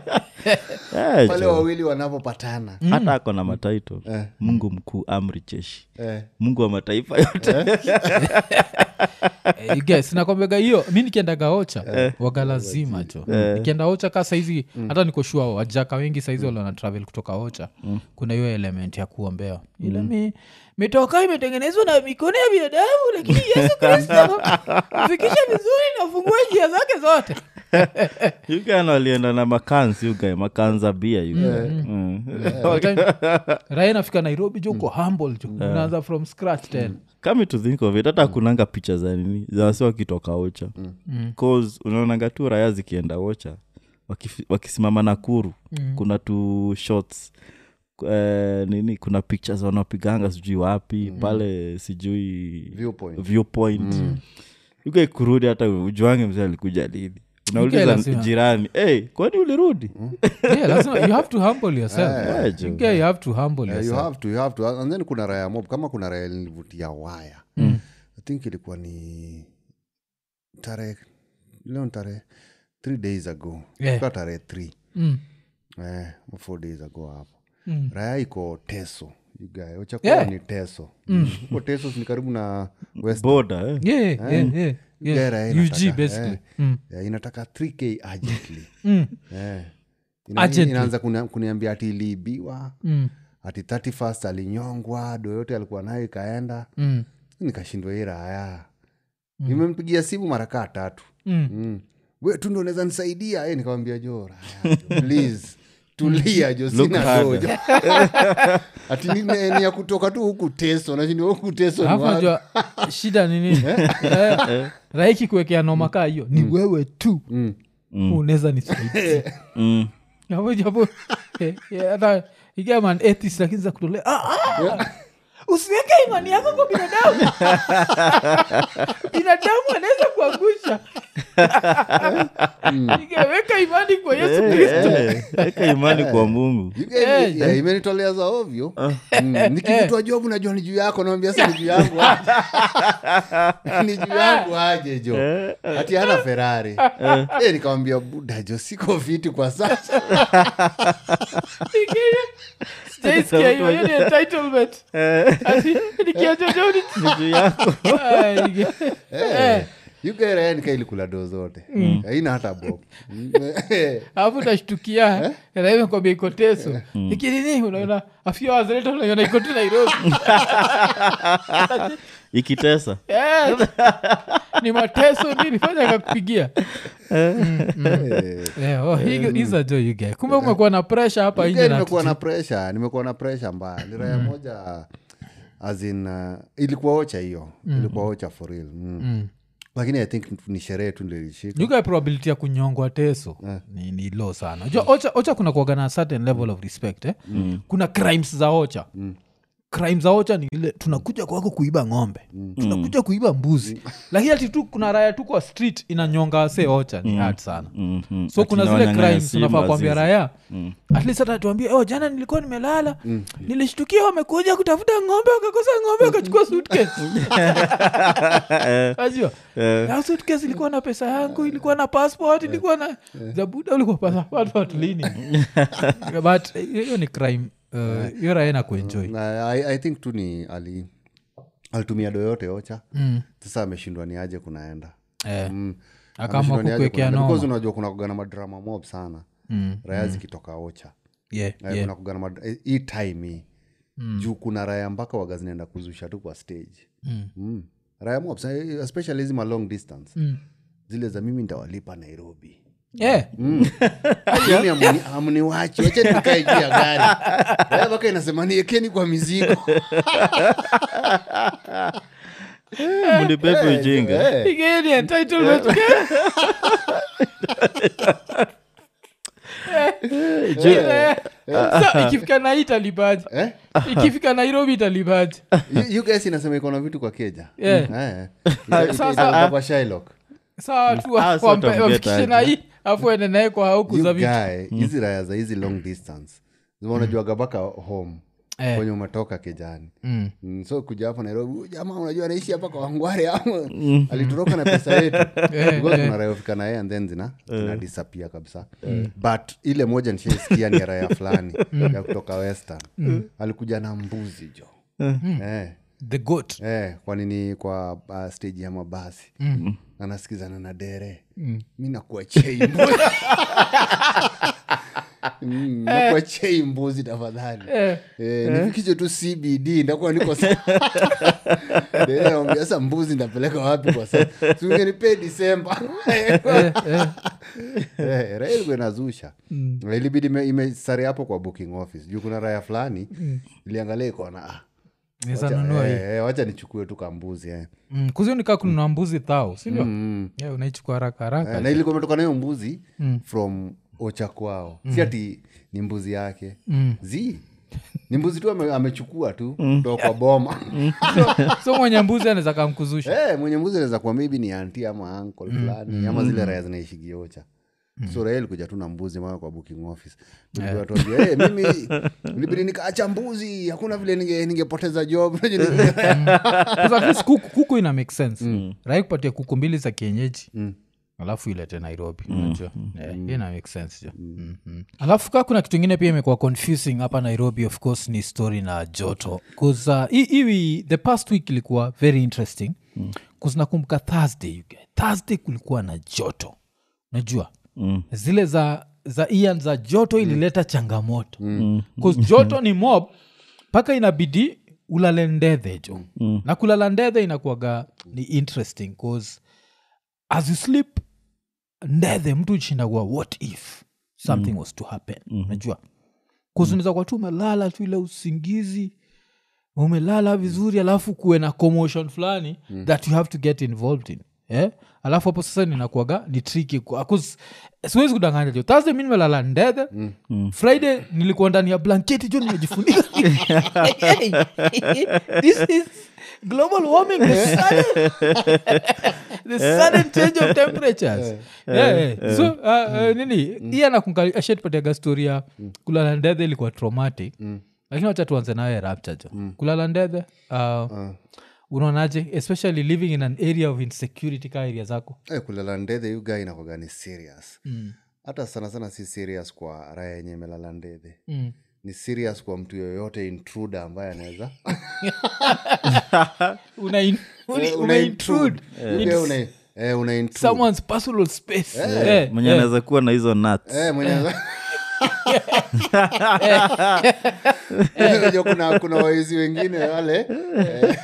Speaker 2: pale
Speaker 3: jo.
Speaker 2: wawili wanapopatana
Speaker 3: hata ako na mataito mungu mkuu amri cheshi
Speaker 2: Eh.
Speaker 3: mungu wa mataifa yote (laughs)
Speaker 1: Eh, you guys, nakwambiaga hiyo mi nikiendaga
Speaker 2: Eh.
Speaker 1: ocha waga lazima jo nikienda ocha ka saizi
Speaker 2: Mm.
Speaker 1: hata nikoshua wajaka wengi saizi wale wana travel kutoka ocha
Speaker 2: Mm.
Speaker 1: kuna hiyo element ya kuombewa ila mi mitoka imetengenezwa na mikono ya binadamu lakini yesu kristo
Speaker 2: (laughs)
Speaker 1: fikisha vizuri na fungue njia zake zote
Speaker 3: yugan walienda na makans yugae makanza bia yugae
Speaker 1: raya nafika nairobi jo uko
Speaker 2: Mm.
Speaker 1: humble jo unaanza from scratch tena
Speaker 3: kami to think of it hata kunanga picha za nini za wasi wakitoka ocha cause unaonanga tu raya zikienda ocha wakifi- wakisimama nakuru kuna tu shots eh, nini kuna pictures wanapiganga sijui wapi pale sijui
Speaker 2: Viewpoint.
Speaker 3: viewpoint Yuko kurudi hata ujuange mzee alikuja lini unauliza
Speaker 1: lazima.
Speaker 3: jirani hey, kwani ulirudi
Speaker 1: yeah, lazima, you have to humble yourself
Speaker 3: Eh, jo.
Speaker 1: You guy, you have to humble
Speaker 2: Eh, you
Speaker 1: yourself
Speaker 2: have to, you have to. And then kuna raya mob kama kuna raya ilinivutia waya
Speaker 1: Mm.
Speaker 2: i think ilikuwa ni tarehe leo ni tarehe three days ago
Speaker 1: Yeah.
Speaker 2: Ilikuwa tarehe three
Speaker 1: Mm.
Speaker 2: eh, four days ago hapo
Speaker 1: Mm.
Speaker 2: raya iko teso uchakuwa
Speaker 1: Yeah. Mm.
Speaker 2: ni teso Mm. huko teso ni karibu na west
Speaker 3: boda eh?
Speaker 1: Yeah, yeah, yeah, yeah.
Speaker 2: Gara
Speaker 1: UG
Speaker 2: inataka,
Speaker 1: basically.
Speaker 2: eh.
Speaker 1: Mm.
Speaker 2: Eh, inataka 3k urgently
Speaker 1: Mm.
Speaker 2: Eh. Ina-
Speaker 1: Urgently.
Speaker 2: inaanza kunia- kuniambia ati iliibiwa
Speaker 1: Mm.
Speaker 2: ati 31st alinyongwa do yote alikuwa nayo ikaenda
Speaker 1: Mm.
Speaker 2: nikashindwa hii raya nimempigia simu mara kaa tatu
Speaker 1: Mm.
Speaker 2: mm. we tu ndo unaweza nisaidia e, nikawambia jo raya jo, please tulia jo
Speaker 3: Look
Speaker 2: sina
Speaker 3: harder.
Speaker 2: dojo (laughs) ati ni- ni ni ya kutoka tu huku teso nashindwa huku teso ni
Speaker 1: Alafu
Speaker 2: wapi?
Speaker 1: najua shida ni nini Eh, raiki kuwekea noma kaa hiyo ni wewe tu unaweza nisaidia
Speaker 3: mm.
Speaker 1: Hapo japo, eh, eh, hata ikiwa man atheist lakini za kutolea ah, ah! usiweke imani yako kwa binadamu binadamu anaweza kuangusha ikaweka imani kwa yesu kristo
Speaker 3: Eh, weka imani
Speaker 2: (laughs)
Speaker 3: kwa mungu
Speaker 2: You guys,
Speaker 1: Eh,
Speaker 2: yeah, imenitolea za ovyo Mm, nikivutwa jobu najua ni juu yako naambia si ni juu yangu aje. (laughs) ni juu yangu aje jo
Speaker 1: Eh.
Speaker 2: hati hana ferari e, nikawambia buda jo siko fiti kwa sasa
Speaker 1: sijaisikia hiyo hiyo ni entitlement Ati, nikiachocho ni-
Speaker 3: Eh. Ni juu yako
Speaker 1: Ay, ge- Eh,
Speaker 2: ugairaya nikailikula doo zote Mm. haina hata bob
Speaker 1: (laughs)
Speaker 2: Mm, eh,
Speaker 1: alafu utashtukia raive kwambia iko teso
Speaker 3: Eh. Hmm.
Speaker 1: ikinini unaona afia wazaleta unaiona iko tu nairobi
Speaker 3: ikitesa
Speaker 1: Yes. Eh. ni mateso nini fanya akakupigia
Speaker 2: eh.
Speaker 1: Eh, oh, hiyo- hizo jo you get. kumbe umekuwa na presha hapa
Speaker 2: Mimi
Speaker 1: nje na
Speaker 2: nimekuwa na presha nimekuwa na presha mbaya ni
Speaker 1: Mm.
Speaker 2: raya moja azin uh, ilikuwa ocha hiyo ilikuwa ocha for real mm. lakini i think ni sherehe tu ndio ilishika
Speaker 1: You get probability ya kunyongwa teso ni, ni low sana jo ocha, ocha kuna kuaga na certain level of respect eh? kuna crimes za ocha crimes za ocha ni ile tunakuja kwako kuiba ng'ombe Mm. tunakuja kuiba mbuzi lakini ati tu kuna raya tu kwa street inanyonga wase ocha ni hard sana
Speaker 3: Mhm.
Speaker 1: so kuna
Speaker 3: Ati
Speaker 1: zile
Speaker 3: naonyang'anya
Speaker 1: crimes
Speaker 3: simu
Speaker 1: unafaa kuambia
Speaker 3: Azizi.
Speaker 1: raya at least hata tuambie oh jana nilikuwa nimelala nilishtukia wamekuja kutafuta ng'ombe wakakosa ng'ombe wakachukua suitcase najua yeah. suitcase ilikuwa na pesa yangu ilikuwa na passport ilikuwa na zabuda ulikuwa pasaport watlini but eh, hiyo ni crime eh, hiyo raya na kuenjoy
Speaker 2: Na I, i think tu ni ali alitumia doyote ocha mm. sasa ameshindwa ni aje kunaenda
Speaker 1: Eh,
Speaker 2: Mm.
Speaker 1: Akaamua
Speaker 2: Ameshindwa ni aje
Speaker 1: kukuwekea
Speaker 2: kunaenda.
Speaker 1: noma.
Speaker 2: Because unajua kuna kuga na madrama mob sana mm. raya zikitoka ocha
Speaker 1: yeah,
Speaker 2: Eh,
Speaker 1: yeah.
Speaker 2: kuna kuga na mad- eh, hii time hii juu kuna raya mpaka waga zinaenda kuzusha tu kwa stage mm. Mm. raya mob sa- e, especially hizi ma long distance mm. zile za mimi ntawalipa (laughs) nairobi
Speaker 1: Yeah.
Speaker 2: Yaani hamni- hamniwachi wache nikae juu ya (laughs) gari Raya mpaka inasema niekeni kwa (laughs) mizigo
Speaker 3: mlipepe Eh, ujinga
Speaker 2: Eh.
Speaker 1: Again, yeah, entitlement. Eh, sa- ikifika na hii italipaji
Speaker 2: Eh?
Speaker 1: ikifika nairobi italipaji
Speaker 2: You- you guys inasema iko na vitu kwa keja
Speaker 1: Yeah. (laughs)
Speaker 2: Eh. Ita- ita-
Speaker 1: Sasa- ah,
Speaker 2: itaruka kwa Shylock.
Speaker 1: sawa tu
Speaker 3: Ah, so
Speaker 1: wampe-
Speaker 3: utamgeta
Speaker 1: wamfikishe
Speaker 3: aje.
Speaker 1: na hii afu ende naye kwa hauku
Speaker 2: You
Speaker 1: za vitu Mm.
Speaker 2: guy, hizi raya za hizi long distance zinajuaga mpaka home
Speaker 1: Eh.
Speaker 2: kwenye umetoka kijani
Speaker 1: Mm.
Speaker 2: Mm, so kuja hapo nairobi "Huyu jamaa unajua anaishi hapa kwa wangware ama
Speaker 1: Mm.
Speaker 2: alitoroka na pesa
Speaker 1: (laughs)
Speaker 2: yetu because kuna raya ufika na yeye and then zina
Speaker 1: Eh.
Speaker 2: zina disappear kabisa
Speaker 1: Mm.
Speaker 2: but ile moja nishaisikia ni ya raya
Speaker 1: (laughs)
Speaker 2: fulani ya kutoka western
Speaker 1: Mm.
Speaker 2: alikuja na mbuzi jo eh,
Speaker 1: the goat
Speaker 2: eh, kwanini kwa uh, stage ya mabasi anasikizana na dere mi nakuwa chei mbuzi. Mm, nakuwa chei mbuzi tafadhali
Speaker 1: Eh.
Speaker 2: Eh, nifikishe tu cbd ndakuwa niko (laughs) saambia sasa mbuzi ndapeleka wapi kwa sasa siungenipee disemba (laughs)
Speaker 1: eh,
Speaker 2: Eh, raha ilikuwa inazusha Na ilibidi ime- imesare hapo kwa booking office juu kuna raya fulani iliangalia ikaona "Ah,
Speaker 1: nizanunua
Speaker 2: eh, eh, wacha nichukue tu kambuzi eh.
Speaker 1: mm. kuzio nikaa kununua mbuzi thao sindio yeah, unaichukua haraka haraka
Speaker 2: Eh, na ilikuwa imetoka nayo mbuzi from ocha kwao si ati ni mbuzi yake zi ni mbuzi tu ame- amechukua tu kutoka kwa boma
Speaker 1: so mwenye mbuzi anaweza kamkuzusha
Speaker 2: Eh, mwenye mbuzi anaweza kuwa maybe ni anti ama ankle fulani ama zile raya zinaishigiocha so rahel kuja tu na mbuzi mara kwa booking office tuatuambia hey, "Eh, mimi libidi nikaacha mbuzi hakuna vile ninge- ningepoteza job
Speaker 1: Sasa at least kuku, kuku ina make sense Rai kupatia kuku mbili za kienyeji alafu ilete nairobi unajua Eh, hiyo ina make sense jo Mhm. alafu kaa kuna kitu ingine pia imekuwa confusing hapa nairobi of course ni story na joto kuza hiwi the past week ilikuwa very interesting kuza nakumbuka thursday you get- thursday kulikuwa na joto najua mm. zile za za ian za joto ilileta changamoto mm. joto ni mob mpaka inabidi ulale ndedhe jo mm. na kulala ndedhe inakuaga ni interesting cause as you sleep ndedhe mtu uchindagua what if something was to happen mm. najua kuzuniza kwa tu umelala tu ile usingizi umelala vizuri alafu kuwe na commotion fulani mm. that you have to get involved in eh? alafu hapo sasa ninakuaga ni triki siwezi kudanganya jo thursday mi nimelala ndedhe mm. friday nilikuwa ndani ya blanketi jo (laughs) nimejifunika (laughs) this is global warming eh? the sudden, the sudden change of temperatures yeah, yeah. so uh, uh, nini hii anakunkashetipatia story ya kulala ndedhe ilikuwa traumatic lakini wacha tuanze nayo rapture jo kulala ndedhe uh, unaonaje especially living in an area of insecurity ka area zako
Speaker 2: Eh, kulala ndedhe hiyo guy inakuwaga ni serious hata sana sana si serious kwa raya yenye imelala ndedhe
Speaker 1: Mm.
Speaker 2: ni serious kwa mtu yoyote intruder ambaye anaweza
Speaker 1: una, in,
Speaker 2: Eh,
Speaker 1: una intrude
Speaker 2: intrude. Eh, una- eh, una intrude.
Speaker 1: someone's personal space Eh. yeah. Yeah.
Speaker 3: mwenye anaweza kuwa na hizo nuts
Speaker 2: Eh, mwenye (laughs) Eh, Unajua kuna kuna waizi wengine wale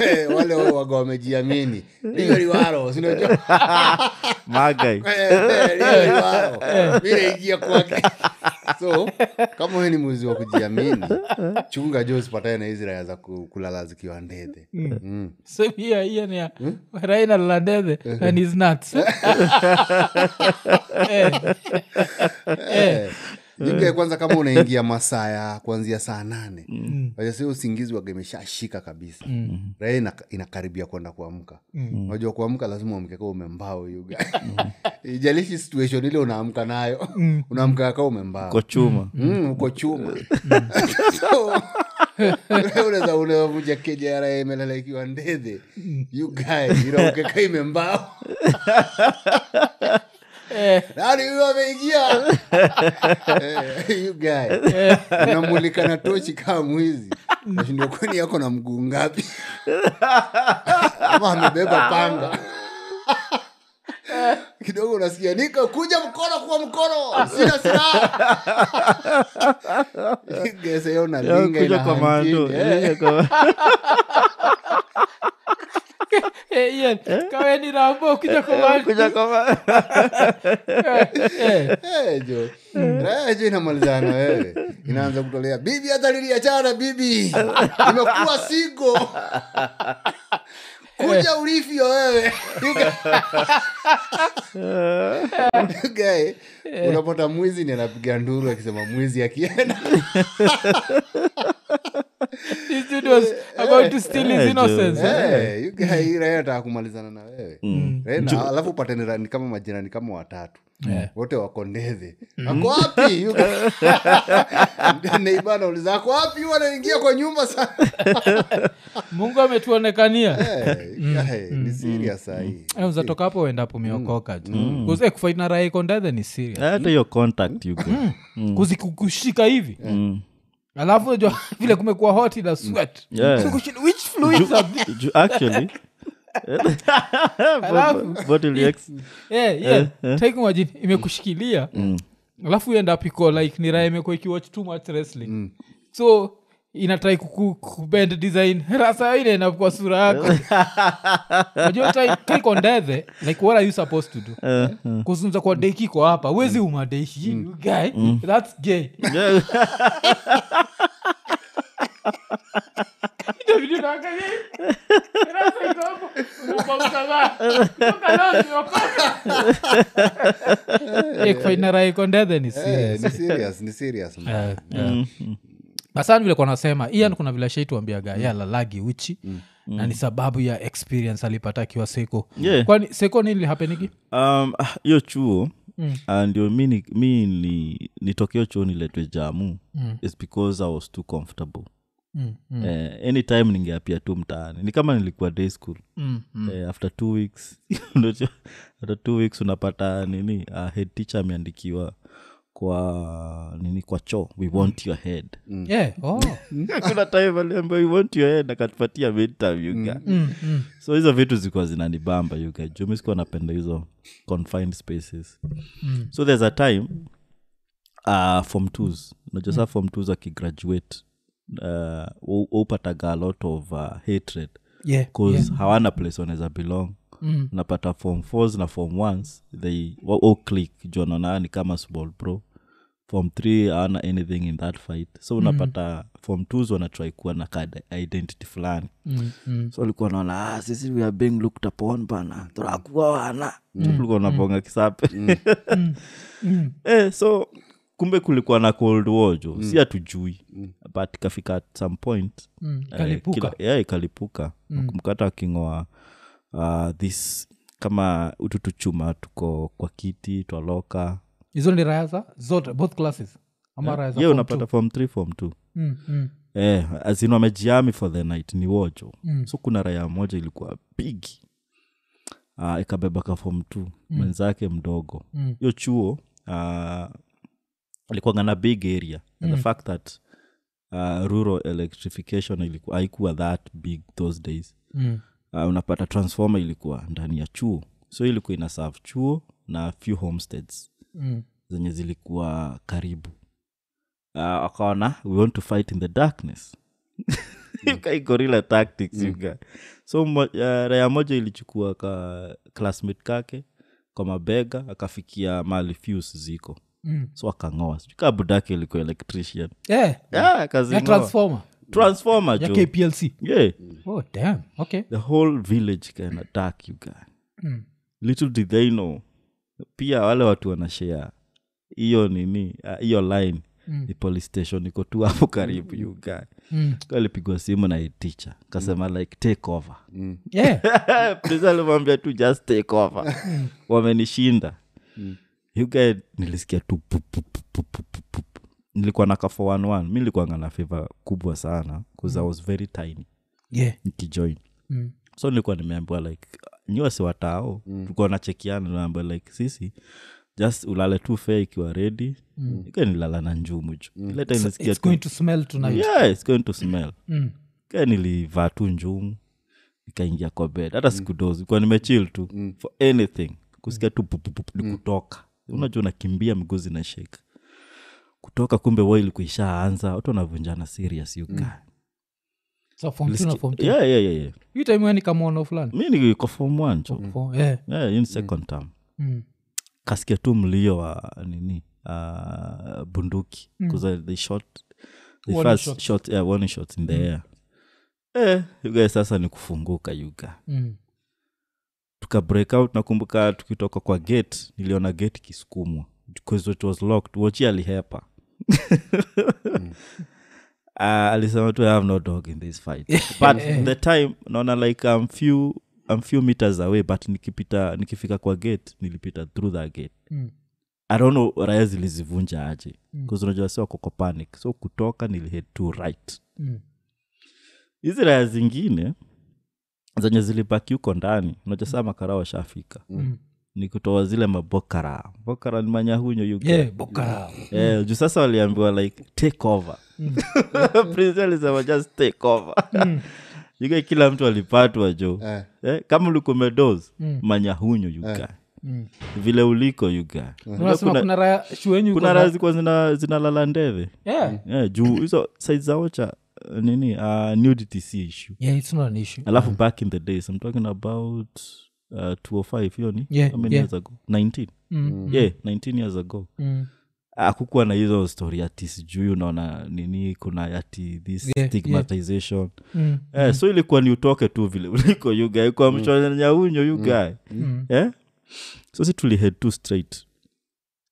Speaker 2: eh, wale waga wamejiamini hiyo liwaro sinajua
Speaker 3: magai
Speaker 2: minaingia kwake so kama we ni mwizi wa kujiamini chunga jo usipatae na hizi raya za ku- kulala zikiwa ndedhe mm.
Speaker 1: so here here ni ya- raina landethe and his nuts (laughs) Eh,
Speaker 2: Eh, jipya kwanza kama unaingia masaa ya kuanzia saa nane wajasi usingizi waga imeshashika kabisa raha ina, inakaribia kwenda kuamka unajua kuamka lazima uamke kaa umembao yuga ijalishi situation ile unaamka nayo unaamka kaa umembao
Speaker 3: kwa chuma
Speaker 2: Mm, uko chuma So, unaweza unavuja keja ya raha imelala ikiwa ndedhe you guy iraukeka imembao
Speaker 1: eh,
Speaker 2: nani huyo Yaani
Speaker 3: (laughs)
Speaker 2: ameingia Eh, you guy unamulika na tochi kaa mwizi nashindwa kwani yako na mguu ngapi ama amebeba
Speaker 3: (laughs)
Speaker 2: panga kidogo unasikia nika kuja mkono kwa mkono sina silaha
Speaker 3: (laughs)
Speaker 2: gesa hiyo unalinga Eh.
Speaker 3: kuja kwa mando
Speaker 2: inahanjini
Speaker 1: eh, Ian, kaweni rambo kuja
Speaker 3: kuja
Speaker 1: (laughs)
Speaker 3: kwa (laughs)
Speaker 2: Eh, jo Eh, jo inamalizana na wewe inaanza kutolea bibi hata niliachana bibi imekuwa sigo kuja ulivyo wewe Guy, unapata mwizi ni anapiga nduru akisema mwizi akienda
Speaker 1: This dude was about trying to steal his
Speaker 3: Eh,
Speaker 1: innocence eh?
Speaker 2: Eh, you guy, hii raia ataka kumalizana na wewe
Speaker 1: Mm.
Speaker 2: Raia na- alafu upatenirani kama majirani kama watatu wote wakondethe
Speaker 1: Mm.
Speaker 2: ako wapi You (laughs) guy- neighbor anauliza ako wapi You wanaingia kwa nyumba sana
Speaker 1: mungu ametuonekania
Speaker 2: Eh,
Speaker 1: Mm.
Speaker 2: you guy, ni serious sahii
Speaker 1: Eh, uzatoka hapo uendapo meokoka tu Cause, eh, kufight na raikondethe ni serious
Speaker 3: Eh, hata hiyo contact yuko
Speaker 2: Mm.
Speaker 1: kuzikushika hivi
Speaker 3: Mm.
Speaker 1: alafu unajua (laughs) vile kumekuwa hot ina sweat
Speaker 3: Yeah.
Speaker 1: So kushin- which fluids are these?
Speaker 3: Ju-
Speaker 2: (laughs)
Speaker 3: actually
Speaker 1: Alafu,
Speaker 3: bodily ex-
Speaker 1: Eh, yeah. Taking wajin- imekushikilia alafu you end up iko like ni raha imekuwa ikiwatch too much wrestling so inatrai kubend design (laughs) rasa inaenda kwa sura yako Unajua try- try kondethe, like what are you supposed to do kuzungumza kwa deki iko hapa wezi umadeshi you guy that's gay
Speaker 3: Yeah.
Speaker 1: Itabidi unaangalia hivi. Rasa iko hapo. Unapauka ba. Toka leo niokoke. Eh, kwa ina raha iko ndethe ni Mm. serious.
Speaker 2: Eh, ni serious ni serious man.
Speaker 1: Eh, eh.
Speaker 3: Mm-hmm.
Speaker 1: basan vile kwanasema ian kuna vile shaituambiaga ya lalagi uchi na ni sababu ya experience alipata akiwa seko
Speaker 3: Mm-hmm. Yeah.
Speaker 1: kwani seko nilihapenigi
Speaker 3: Um, ah, hiyo chuo
Speaker 1: Mm.
Speaker 3: ah, ndio mi ni- mi ni- nitokeo chuo niletwe jamu
Speaker 1: Mm.
Speaker 3: is because i was too comfortable Eh, anytime ningeapia tu mtaani ni kama nilikuwa day school
Speaker 1: Mm-hmm.
Speaker 3: Eh, after two weeks (laughs) unajua, after two weeks unapata nini ah, head teacher ameandikiwa kwa nini kwa choo we want your head (laughs)
Speaker 1: Yeah, oh.
Speaker 3: kuna time aliambia we want your head akatupatia midterm yuga so hizo vitu zilikuwa zinanibamba yuga juu mi sikuwa napenda hizo confined spaces so there's a time uh, form ts unajua saa form ts akigraduate uh, upataga a lot of uh, hatred
Speaker 1: Yeah,
Speaker 3: bcause hawana place wanaweza belong mm. napata form fours na form ones they wa- wa click juu wanaonana ni kama small pro form three hawana anything in that fight so
Speaker 1: Mm.
Speaker 3: unapata form twos wanatrai kuwa na kad identity fulani
Speaker 1: Mm, mm.
Speaker 3: so alikuwa naona ah, sisi we are being looked upon bana tunakuwa wana
Speaker 1: Mm.
Speaker 3: tulikuwa naponga kisape eh, so Mm. kumbe kulikuwa na cold war jo si hatujui but kafika at some point
Speaker 1: Mm,
Speaker 3: eh,
Speaker 1: kalipuka.
Speaker 3: kila- yeah, ikalipuka kumkata akingoa uh, this kama ututuchuma tuko kwa kiti twaloka
Speaker 1: hizo ni raha za zote both classes ama raha za
Speaker 3: ye
Speaker 1: form
Speaker 3: unapata form three form two
Speaker 1: two? Mm, mm.
Speaker 3: eh, azin wamejiami for the night ni wojo mm. so kuna raya moja ilikuwa big uh, ikabeba ka form t mm. mwenzake mdogo hiyo mm. chuo uh, alikuwanga na big area and the fact that uh, rural electrification ilikuwa haikuwa that big those days
Speaker 1: Mm.
Speaker 3: uh, unapata transformer ilikuwa ndani ya chuo so hiyo ilikuwa ina serve chuo na few homesteads
Speaker 1: Mm.
Speaker 3: zenye zilikuwa karibu uh, akaona we want to fight in the darkness gorilla tactics you guy. so mo, uh, raya moja ilichukua ka classmate kake kwa mabega akafikia mali fuse ziko
Speaker 1: Mm.
Speaker 3: so akang'oa sijui kaa budake ilikuwa electrician
Speaker 1: Yeah,
Speaker 3: yeah,
Speaker 1: ya
Speaker 3: akazing'oa.
Speaker 1: transformer
Speaker 3: transformer
Speaker 1: ya
Speaker 3: jo.
Speaker 1: kplc
Speaker 3: yeah
Speaker 1: oh damn okay
Speaker 3: the whole village can attack you guy
Speaker 1: Mm.
Speaker 3: little did they know pia wale watu wanashea hiyo nini ah, hiyo line ni police station iko tu hapo karibu you guy
Speaker 1: Mm.
Speaker 3: alipigwa simu na hii teacher kasema like take over (laughs)
Speaker 1: yeah
Speaker 3: please alimwambia tu just take over
Speaker 1: Mm.
Speaker 3: wamenishinda you guy nilisikia tu pup, pup, pup, pup, pup, pup, pup. nilikuwa na kafo 11 mi nilikuwanga na feva kubwa sana bcause i
Speaker 1: Mm.
Speaker 3: was very tiny
Speaker 1: yeah
Speaker 3: nikijoin
Speaker 1: Mm.
Speaker 3: so nilikuwa nimeambiwa like nyiwe si watao mm. tulikuwa nachekiana naambia like sisi just ulale tu fea ikiwa redi mm. ikiwa nilala na njumu ju mm. ile time nilisikia
Speaker 1: it's
Speaker 3: tu
Speaker 1: going to smell tonight
Speaker 3: yeah, it's going to smell
Speaker 1: Mm.
Speaker 3: ikiwa nilivaa tu njumu nikaingia kwa bed hata siku dozi kuwa nimechil tu for anything kusikia tu pupupup ni kutoka unajua unakimbia miguu zinashika kutoka kumbe wo ilikuwa ishaanza watu wanavunjana serious yuka
Speaker 1: so form two na form three.
Speaker 3: yeah, yeah, yeah, yeah.
Speaker 1: Hii time wewe ni kama ono fulani
Speaker 3: mi niko form one jo
Speaker 1: Form- yeah.
Speaker 3: yeah, hii ni second term
Speaker 1: Mm.
Speaker 3: kasikia tu mlio wa nini uh, bunduki mm. they shot they
Speaker 1: Warning
Speaker 3: first
Speaker 1: shots.
Speaker 3: shot, Mm. yeah, warning shots in the air eh, you guys sasa ni kufunguka yuga
Speaker 1: Mm.
Speaker 3: tuka break out nakumbuka tukitoka kwa gate niliona gate ikisukumwa because it was locked wochi alihepa uh, alisema tu i have no dog in this fight but the time naona like um, few um, few meters away but nikipita nikifika kwa gate nilipita through that gate
Speaker 1: Mm.
Speaker 3: i don't know raya zilizivunja aje bcause unajua si wako kwa panic so kutoka nilihead to right
Speaker 1: Mm.
Speaker 3: hizi raya zingine zenye zilibaki huko ndani unajua saa makara washafika
Speaker 1: Mm.
Speaker 3: ni kutoa zile mabokara bokara ni manyahunyo yuko
Speaker 1: Yeah, boka.
Speaker 3: Eh, juu sasa waliambiwa like take over
Speaker 1: Mm.
Speaker 3: (laughs) Prince alisema just take over (laughs) yuka kila mtu alipatwa jo
Speaker 2: Eh.
Speaker 3: eh, kama ulikumedos
Speaker 1: Mm.
Speaker 3: manyahunyo yuka
Speaker 1: Mm.
Speaker 3: vile uliko yuka
Speaker 1: Unasema kuna raya shuenyu
Speaker 3: kuna
Speaker 1: kwa-
Speaker 3: raha zikuwa zinalala zinalala ndeve
Speaker 1: Yeah.
Speaker 3: eh, juu hizo saizi zaocha nini uh, nudity si issue
Speaker 1: Yeah, it's not an issue.
Speaker 3: alafu back in the days i'm talking about uh, 205 hiyo ni
Speaker 1: Yeah,
Speaker 3: how many
Speaker 1: yeah.
Speaker 3: years ago 19
Speaker 1: Mm,
Speaker 3: yeah 19 years ago
Speaker 1: mm,
Speaker 3: akukuwa na hizo story ati sijui unaona nini kuna ati this
Speaker 1: Yeah,
Speaker 3: stigmatization
Speaker 1: mm,
Speaker 3: Eh, so ilikuwa ni utoke tu vile (laughs) uliko yugae kwa mchonyaunyo yugae
Speaker 1: mm,
Speaker 3: eh? so si tulihead tu straight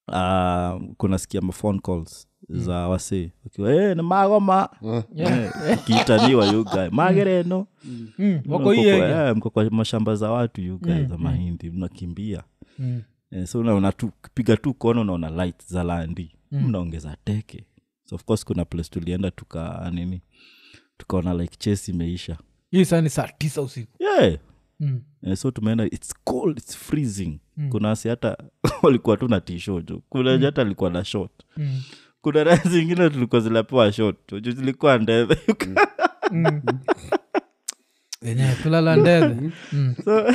Speaker 3: uh, kunasikia mafone calls
Speaker 1: Mm.
Speaker 3: za wasee wakiwa eh, ni magoma Eh,
Speaker 1: yeah.
Speaker 3: kiitaniwa yugae magereno
Speaker 1: Mm, wako Mm,
Speaker 3: Mko
Speaker 1: hii
Speaker 3: kwa-
Speaker 1: area.
Speaker 3: eh, mko kwa mashamba za watu yugae za mahindi mnakimbia
Speaker 1: Mm,
Speaker 3: eh, so unaona tu piga tu kona unaona light za landi mnaongeza teke so of course kuna place tulienda tuka nini tukaona like chase imeisha
Speaker 1: hii saa ni saa tisa usiku
Speaker 3: yeah
Speaker 1: Mm,
Speaker 3: Eh, so tumeenda its cold its freezing mm. kuna wasi hata (laughs) walikuwa tu na tisho jo kuna wenye hata alikuwa na shot
Speaker 1: mm,
Speaker 3: kuna raha zingine tulikuwa zilapewa shot jo zilikuwa ndeve (laughs)
Speaker 1: mm. Wenyewe
Speaker 3: (laughs)
Speaker 1: tulala ndege Mm.
Speaker 3: so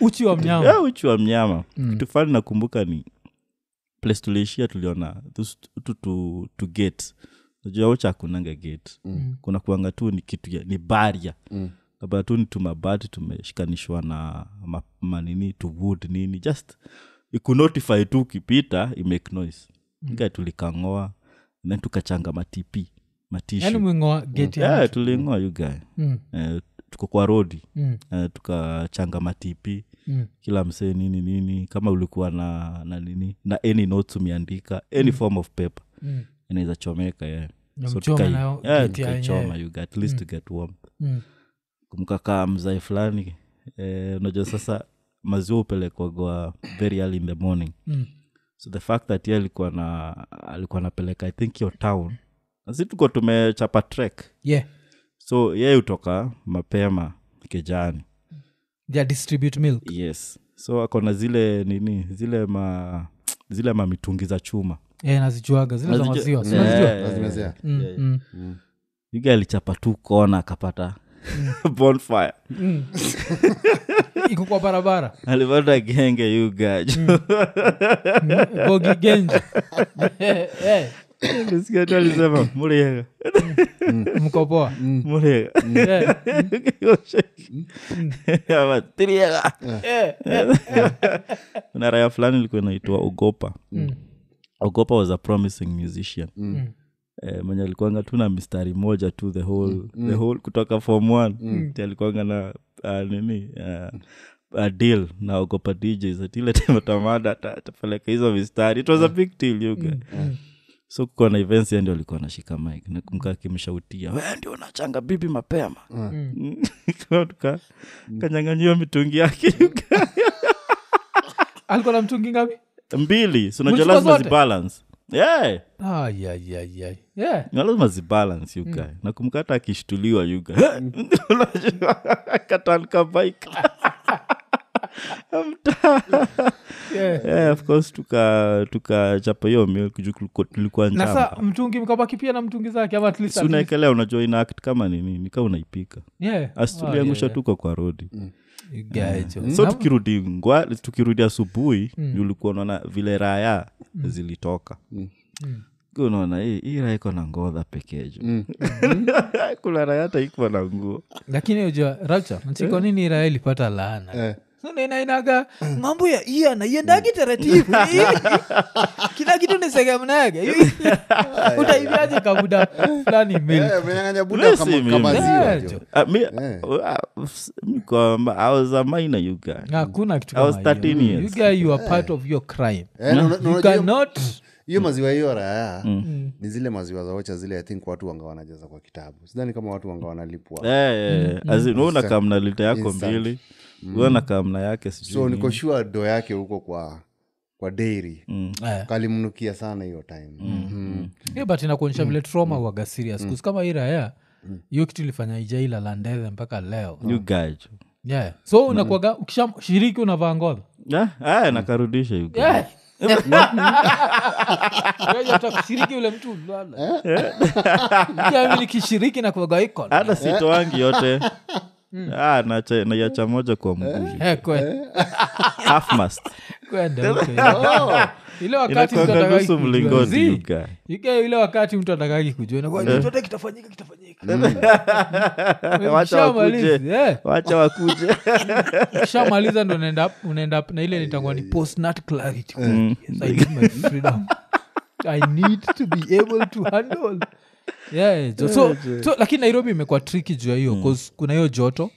Speaker 1: uchi wa mnyama
Speaker 3: yeah, uchi wa mnyama mm. kitu fani nakumbuka ni place tuliishia tuliona those tu tu, tu gate najua ucha akunanga gate mm. kuna kuanga tu ni kitu ya, ni baria mm labda tu ni tumabati tumeshikanishwa na ma- manini tuwood nini just ikunotify tu ukipita imake noise mm. ka tulikangoa then tukachanga matipi matishu
Speaker 1: yaani mwingoa geti ya
Speaker 3: yeah, tulingoa yugae
Speaker 1: Mm,
Speaker 3: eh, tuko kwa rodi
Speaker 1: mm,
Speaker 3: eh, tukachanga matipi
Speaker 1: mm,
Speaker 3: kila msee nini nini kama ulikuwa na na nini na any notes umeandika any form of paper
Speaker 1: mm,
Speaker 3: inaweza chomeka yeah.
Speaker 1: Na
Speaker 3: So
Speaker 1: mchome
Speaker 3: tukai-
Speaker 1: nayo
Speaker 3: yeah,
Speaker 1: geti ya
Speaker 3: tukaichoma
Speaker 1: yenyewe.
Speaker 3: you got- at least to get warm
Speaker 1: mm,
Speaker 3: kumkakaa mzae fulani eh, unajua sasa maziwa upelekwagwa very early in the morning
Speaker 1: mm,
Speaker 3: so the fact that ye alikuwa na alikuwa anapeleka i think your town nasi tuko tumechapa trek
Speaker 1: yeah.
Speaker 3: so ye utoka mapema kejani
Speaker 1: They distribute milk
Speaker 3: yes so akona zile nini zile ma zile mamitungi za chuma
Speaker 1: Eh, nazijuaga zile za
Speaker 3: Nazijua-
Speaker 1: maziwa si
Speaker 3: Yeah.
Speaker 1: unazijua?
Speaker 2: lazimezea
Speaker 1: Mm, mm,
Speaker 3: yuga alichapa tu kona akapata bonfire
Speaker 1: mm. iko kwa barabara
Speaker 3: alipata genge yuga (laughs)
Speaker 1: gogi genji (laughs) Eh,
Speaker 3: nisikia tu alisema muriega
Speaker 1: mkopoa
Speaker 3: Mm. muriega
Speaker 1: Eh,
Speaker 3: (laughs) kuna raya fulani ilikuwa inaitwa ogopa ogopa was a promising musician
Speaker 1: Mm.
Speaker 3: Eh, mwenye alikuanga tu na mistari moja tu the whole, the whole kutoka form one Ti alikuanga na uh, nini uh, a deal na ogopa djs atile tematamada atapeleka hizo mistari it was a big deal you guys. so kukuwa na events yeye ndio alikuwa anashika mike nakumka akimshautia we ndio unachanga bibi mapema Kwa tuka-
Speaker 1: Mm.
Speaker 3: kanyang'anyiwa mitungi yake
Speaker 1: (laughs)
Speaker 3: you guys.
Speaker 1: alikuwa na mtungi ngapi
Speaker 3: mbili so unajua
Speaker 1: Mlichukua
Speaker 3: lazima
Speaker 1: zote?
Speaker 3: zibalance yeah
Speaker 1: Ai, ai, ai, ai. Yeah.
Speaker 3: Na lazima zibalance yuka mm. nakumkata akishtuliwa yuka
Speaker 1: Mm.
Speaker 3: (laughs) katanka
Speaker 1: (laughs)
Speaker 3: bike
Speaker 1: Yeah.
Speaker 3: yeah, of course tuka tukachapa hiyo milk juu kuliko- tulikuwa
Speaker 1: na
Speaker 3: njama
Speaker 1: sa mtungi mkabaki pia na mtungi zake ama at least-
Speaker 3: Si unaekelea unajua ina act kama nini nika unaipika
Speaker 1: Yeah.
Speaker 3: asi
Speaker 1: Ah,
Speaker 3: tuliangusha
Speaker 1: yeah, Mm.
Speaker 3: tuko kwa rodi
Speaker 1: yeah. You guys, yo.
Speaker 3: Mm. so
Speaker 1: Na-
Speaker 3: tukirudi ngwa tukirudi asubuhi mm. ulikuwa unaona vile raya mm. zilitoka mm. unaona hii hii raya iko na ngodha pekejo mm. (laughs) kuna raya hata ikuwa na nguo
Speaker 1: lakini ujua racha
Speaker 3: Eh?
Speaker 1: nchi kwa nini ira ilipata laana
Speaker 2: Eh.
Speaker 1: nainainaga mambo ya iana iendagi
Speaker 3: Mm.
Speaker 1: taratibu
Speaker 3: (laughs)
Speaker 1: kila kitu nisegemnaga utaiviaje kabuda fulani milk
Speaker 2: Eh, menyang'anya buda
Speaker 3: Bless
Speaker 2: kama-
Speaker 3: him,
Speaker 2: kama
Speaker 3: him.
Speaker 2: ziwa
Speaker 1: Mm. Yeah,
Speaker 2: jo.
Speaker 1: jo.
Speaker 3: Ah, mi- ah, s- mi kwa ma- I was a minor you guy
Speaker 1: hakuna kitu
Speaker 3: I was
Speaker 1: kama hiyo.
Speaker 3: 13 years.
Speaker 1: You guy, you are part of your crime
Speaker 2: Eh, na-
Speaker 1: you
Speaker 2: na-
Speaker 1: Mm.
Speaker 2: unajua-
Speaker 1: cannot
Speaker 2: hiyo maziwa hiyo raya ni zile maziwa za ocha zile i think watu wanga wanajaza kwa kitabu sidhani kama watu wanga wanalipwa
Speaker 3: Eh, Mm. unakaa mna lita yako
Speaker 2: Instant.
Speaker 3: mbili huyo anakaa mna yake sijui
Speaker 2: so
Speaker 3: nini.
Speaker 2: niko sure do yake huko kwa kwa dairy Eh. kalimnukia sana hiyo time Mhm.
Speaker 1: Yeah, but
Speaker 3: Mm.
Speaker 1: inakuonyesha vile trauma waga serious Kus kama hii raya
Speaker 2: Mm.
Speaker 1: hiyo kitu ilifanya ijaila landethe mpaka leo
Speaker 3: You guys.
Speaker 1: yeah. so unakwaga ukishashiriki unavaa ngodha
Speaker 3: Yeah, aya, nakarudisha you guys.
Speaker 1: (laughs) Yeah. Wewe hata kushiriki ule mtu ulala.
Speaker 3: Eh?
Speaker 1: Mkia mimi nikishiriki na kuwaga icon.
Speaker 3: hata sitoangi (laughs) yote Ah, nacha- naiacha moja kwa mguu
Speaker 1: Eh, kwe-
Speaker 3: Half mast.
Speaker 1: kwenda
Speaker 3: (laughs)
Speaker 1: huko, yeah. ile wakati mtu
Speaker 3: Inakuanga
Speaker 1: atakagi
Speaker 3: Oh.
Speaker 1: kujua.
Speaker 3: nusu mlingoti you Eh?
Speaker 1: Zii,
Speaker 3: guys.
Speaker 1: ike ile wakati mtu atakagi kujua inakuwa, chochote kitafanyika (laughs)
Speaker 3: Mm.
Speaker 1: kitafanyika
Speaker 3: Eh, wacha wakuje
Speaker 1: Ukishamaliza, eh. (laughs)
Speaker 3: wacha wakuje
Speaker 1: ukishamaliza ndo unaenda up- unaenda up na ile nitangwa ni postnat clarity
Speaker 3: Mm.
Speaker 1: yes, I need my freedom
Speaker 3: (laughs)
Speaker 1: i need to be able to handle yeah, Mm. jo- so, so lakini nairobi imekuwa triki juu ya hiyo 'cause kuna hiyo joto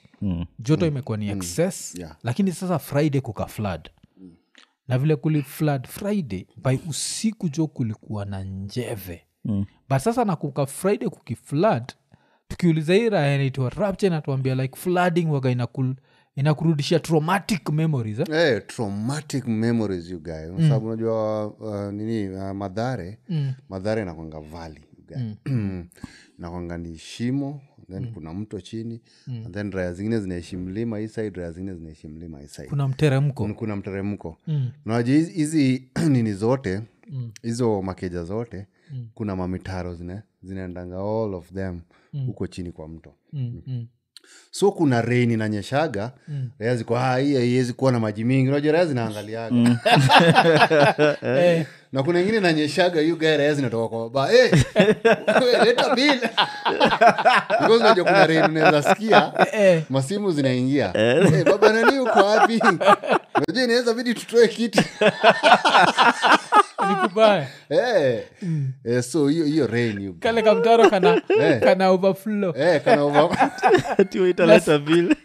Speaker 1: joto imekuwa ni excess
Speaker 2: Yeah.
Speaker 1: lakini sasa friday kuka flood na vile kuli flood friday by usiku jo kulikuwa na njeve mm. but sasa nakuka friday kukiflood tukiuliza hii raha inaitwa rapture inatuambia like flooding waga inakul, inakurudisha traumatic memories eh?
Speaker 2: Eh, traumatic memories you guy mm. sababu unajua uh, nini uh, madhare mm. madhare nakwanga vali (clears throat) mm. nakwanga ni shimo then kuna mto chini and then raya zingine zinaishi mlima hii side raya zingine zinaishi mlima hii side
Speaker 1: kuna mteremko
Speaker 2: kuna, kuna mteremko mm. naja hizi (clears throat) nini zote hizo makeja zote mm. kuna mamitaro zina, zinaendanga all of them huko chini kwa mto
Speaker 1: mm, mm.
Speaker 2: so kuna rein inanyeshaga mm. raya ziko "Ah, hii haiwezi kuwa na maji mingi unajua raya zinaangaliaga
Speaker 1: Eh,
Speaker 2: na kuna ingine inanyeshaga hiyo gari raya zinatoka kwa baba hey, (laughs) wewe, leta bill Because unajua kuna rein unaweza sikia
Speaker 1: eh.
Speaker 2: masimu zinaingia hey, baba nani uko wapi unajua inaweza bidi tutoe kitu
Speaker 1: ni kubaya
Speaker 2: Eh, eh, so hiyo hiyo rain you
Speaker 1: kale kamtaro kana, kana overflow
Speaker 2: Eh, kana over-
Speaker 3: Ati waitaleta bill.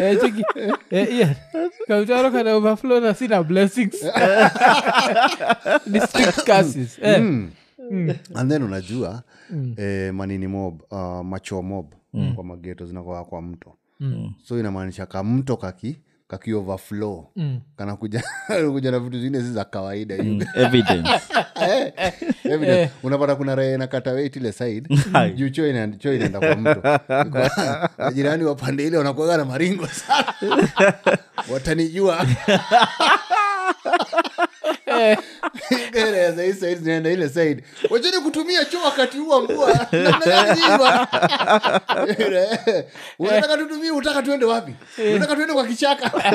Speaker 1: Eh, cheki, eh, Ian, kamtaro kana overflow na sina blessings ni strict curses eh.
Speaker 2: (laughs) and then unajua eh, manini mob uh, macho mob kwa mageto zinakoa kwa mto so inamaanisha kamto kaki kaki overflow kana kuja (laughs) kuja na vitu zingine si za kawaida you guys.
Speaker 3: Mm, (laughs) Evidence.
Speaker 2: Eh, evidence. unapata kuna raha inakata wait ile side
Speaker 3: Hai.
Speaker 2: juu choo ina- choo inaenda kwa (laughs) mto Kwa- majirani wapande ile wanakuaga na maringo sana (laughs) watanijua Eh. Raha za hii side zinaenda ile side wacheni kutumia choo wakati huu wa mvua Namna gani nyinyi bwana? Eh, unataka tutumie utaka tuende wapi unataka tuende kwa kichaka (laughs)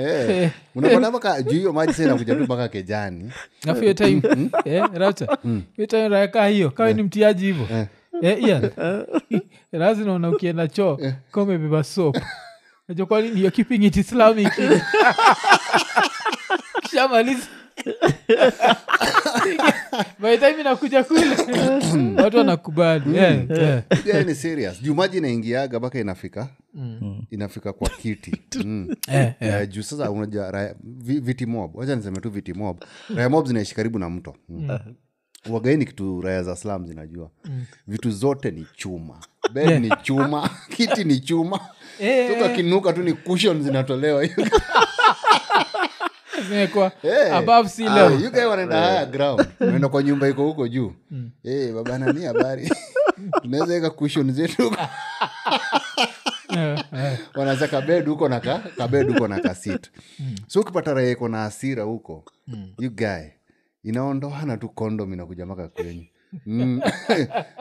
Speaker 2: Eh, unapata mpaka juu hiyo maji sasa inakuja tu mpaka kejani
Speaker 1: Alafu hiyo time
Speaker 2: Mm.
Speaker 1: eh, Rauta, hiyo time raeka hiyo kawe
Speaker 2: Eh.
Speaker 1: ni mtiaji hivo Eh, (laughs) razi naona ukienda choo
Speaker 2: Eh.
Speaker 1: ka umebeba sop najua kwa nini you're keeping it
Speaker 2: (laughs)
Speaker 1: islamic kishamaliza by the time inakuja kule watu
Speaker 2: Mm.
Speaker 1: wanakubali Eh, yeah, yeah.
Speaker 2: Yeah, ni yaani serious juu maji inaingiaga mpaka inafika inafika kwa
Speaker 1: (laughs)
Speaker 2: kiti mm.
Speaker 1: Mm. Eh,
Speaker 2: Eh, juu sasa unaja raya- vi- viti mob wacha niseme tu viti mob raya mob zinaishi karibu na mto mm. wagaini kitu raya za slam zinajua
Speaker 1: Mm.
Speaker 2: vitu zote ni
Speaker 1: (laughs)
Speaker 2: chuma bed ni chuma (laughs) kiti ni chuma
Speaker 1: Eh.
Speaker 2: tukakinuka tu ni cushion zinatolewa (laughs)
Speaker 1: zimekuwa
Speaker 2: Eh.
Speaker 1: above sea
Speaker 2: Ah,
Speaker 1: level
Speaker 2: you guy wanaenda higher ground unaenda kwa nyumba iko huko juu
Speaker 1: Mm.
Speaker 2: Eh, baba
Speaker 1: (laughs)
Speaker 2: nani habari tunaweza weka cushion zetu huko
Speaker 1: Eh, eh.
Speaker 2: wanaza kabed huko na ka, kabed huko na kasit so ukipata raha iko na hasira huko you guy inaondoana tu kondom inakuja maka kwenyu mm.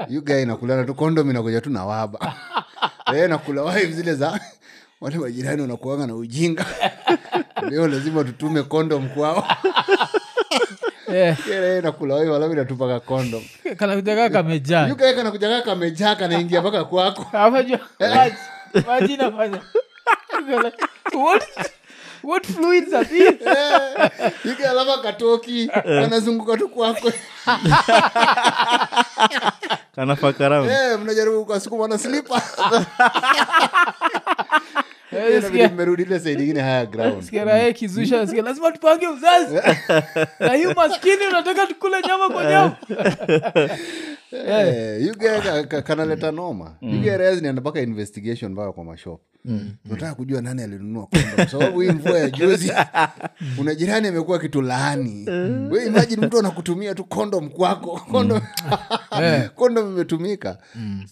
Speaker 2: you guy inakulana tu kondom inakuja tu na waba Eh, nakula wife zile za wale majirani wanakuanga na ujinga leo lazima tutume kondom kwao
Speaker 1: Eh,
Speaker 2: Yeye nakula wife alafu inatupaka kondom
Speaker 1: kanakujakaa kamejaa
Speaker 2: you guy kanakujakaa kamejaa kanaingia mpaka kwako
Speaker 1: (laughs) Avajua,
Speaker 2: Eh.
Speaker 1: maji, maji inafanya. What- what fluids are these?
Speaker 2: Eh, yuke alama katoki anazunguka tu kwako
Speaker 3: Kanafaka round. Mm.
Speaker 2: (laughs) Eh, mnajaribu kuwasukuma na slipa
Speaker 1: Eh, sikia-
Speaker 2: nimerudi ile side ingine higher ground
Speaker 1: sikia raha ikizusha, sikia, lazima tupange uzazi na hiyu maskini unataka tukule nyama kwa nyama
Speaker 2: Eh, you get- ka- ka- kanaleta noma You get else nienda mpaka investigation mpaka kwa mashop unataka kujua nani alinunua condom. Kwa sababu hii mvua ya juzi una jirani amekuwa kitulaani we imagine mtu anakutumia tu kondom kwako kondom (laughs) kondom imetumika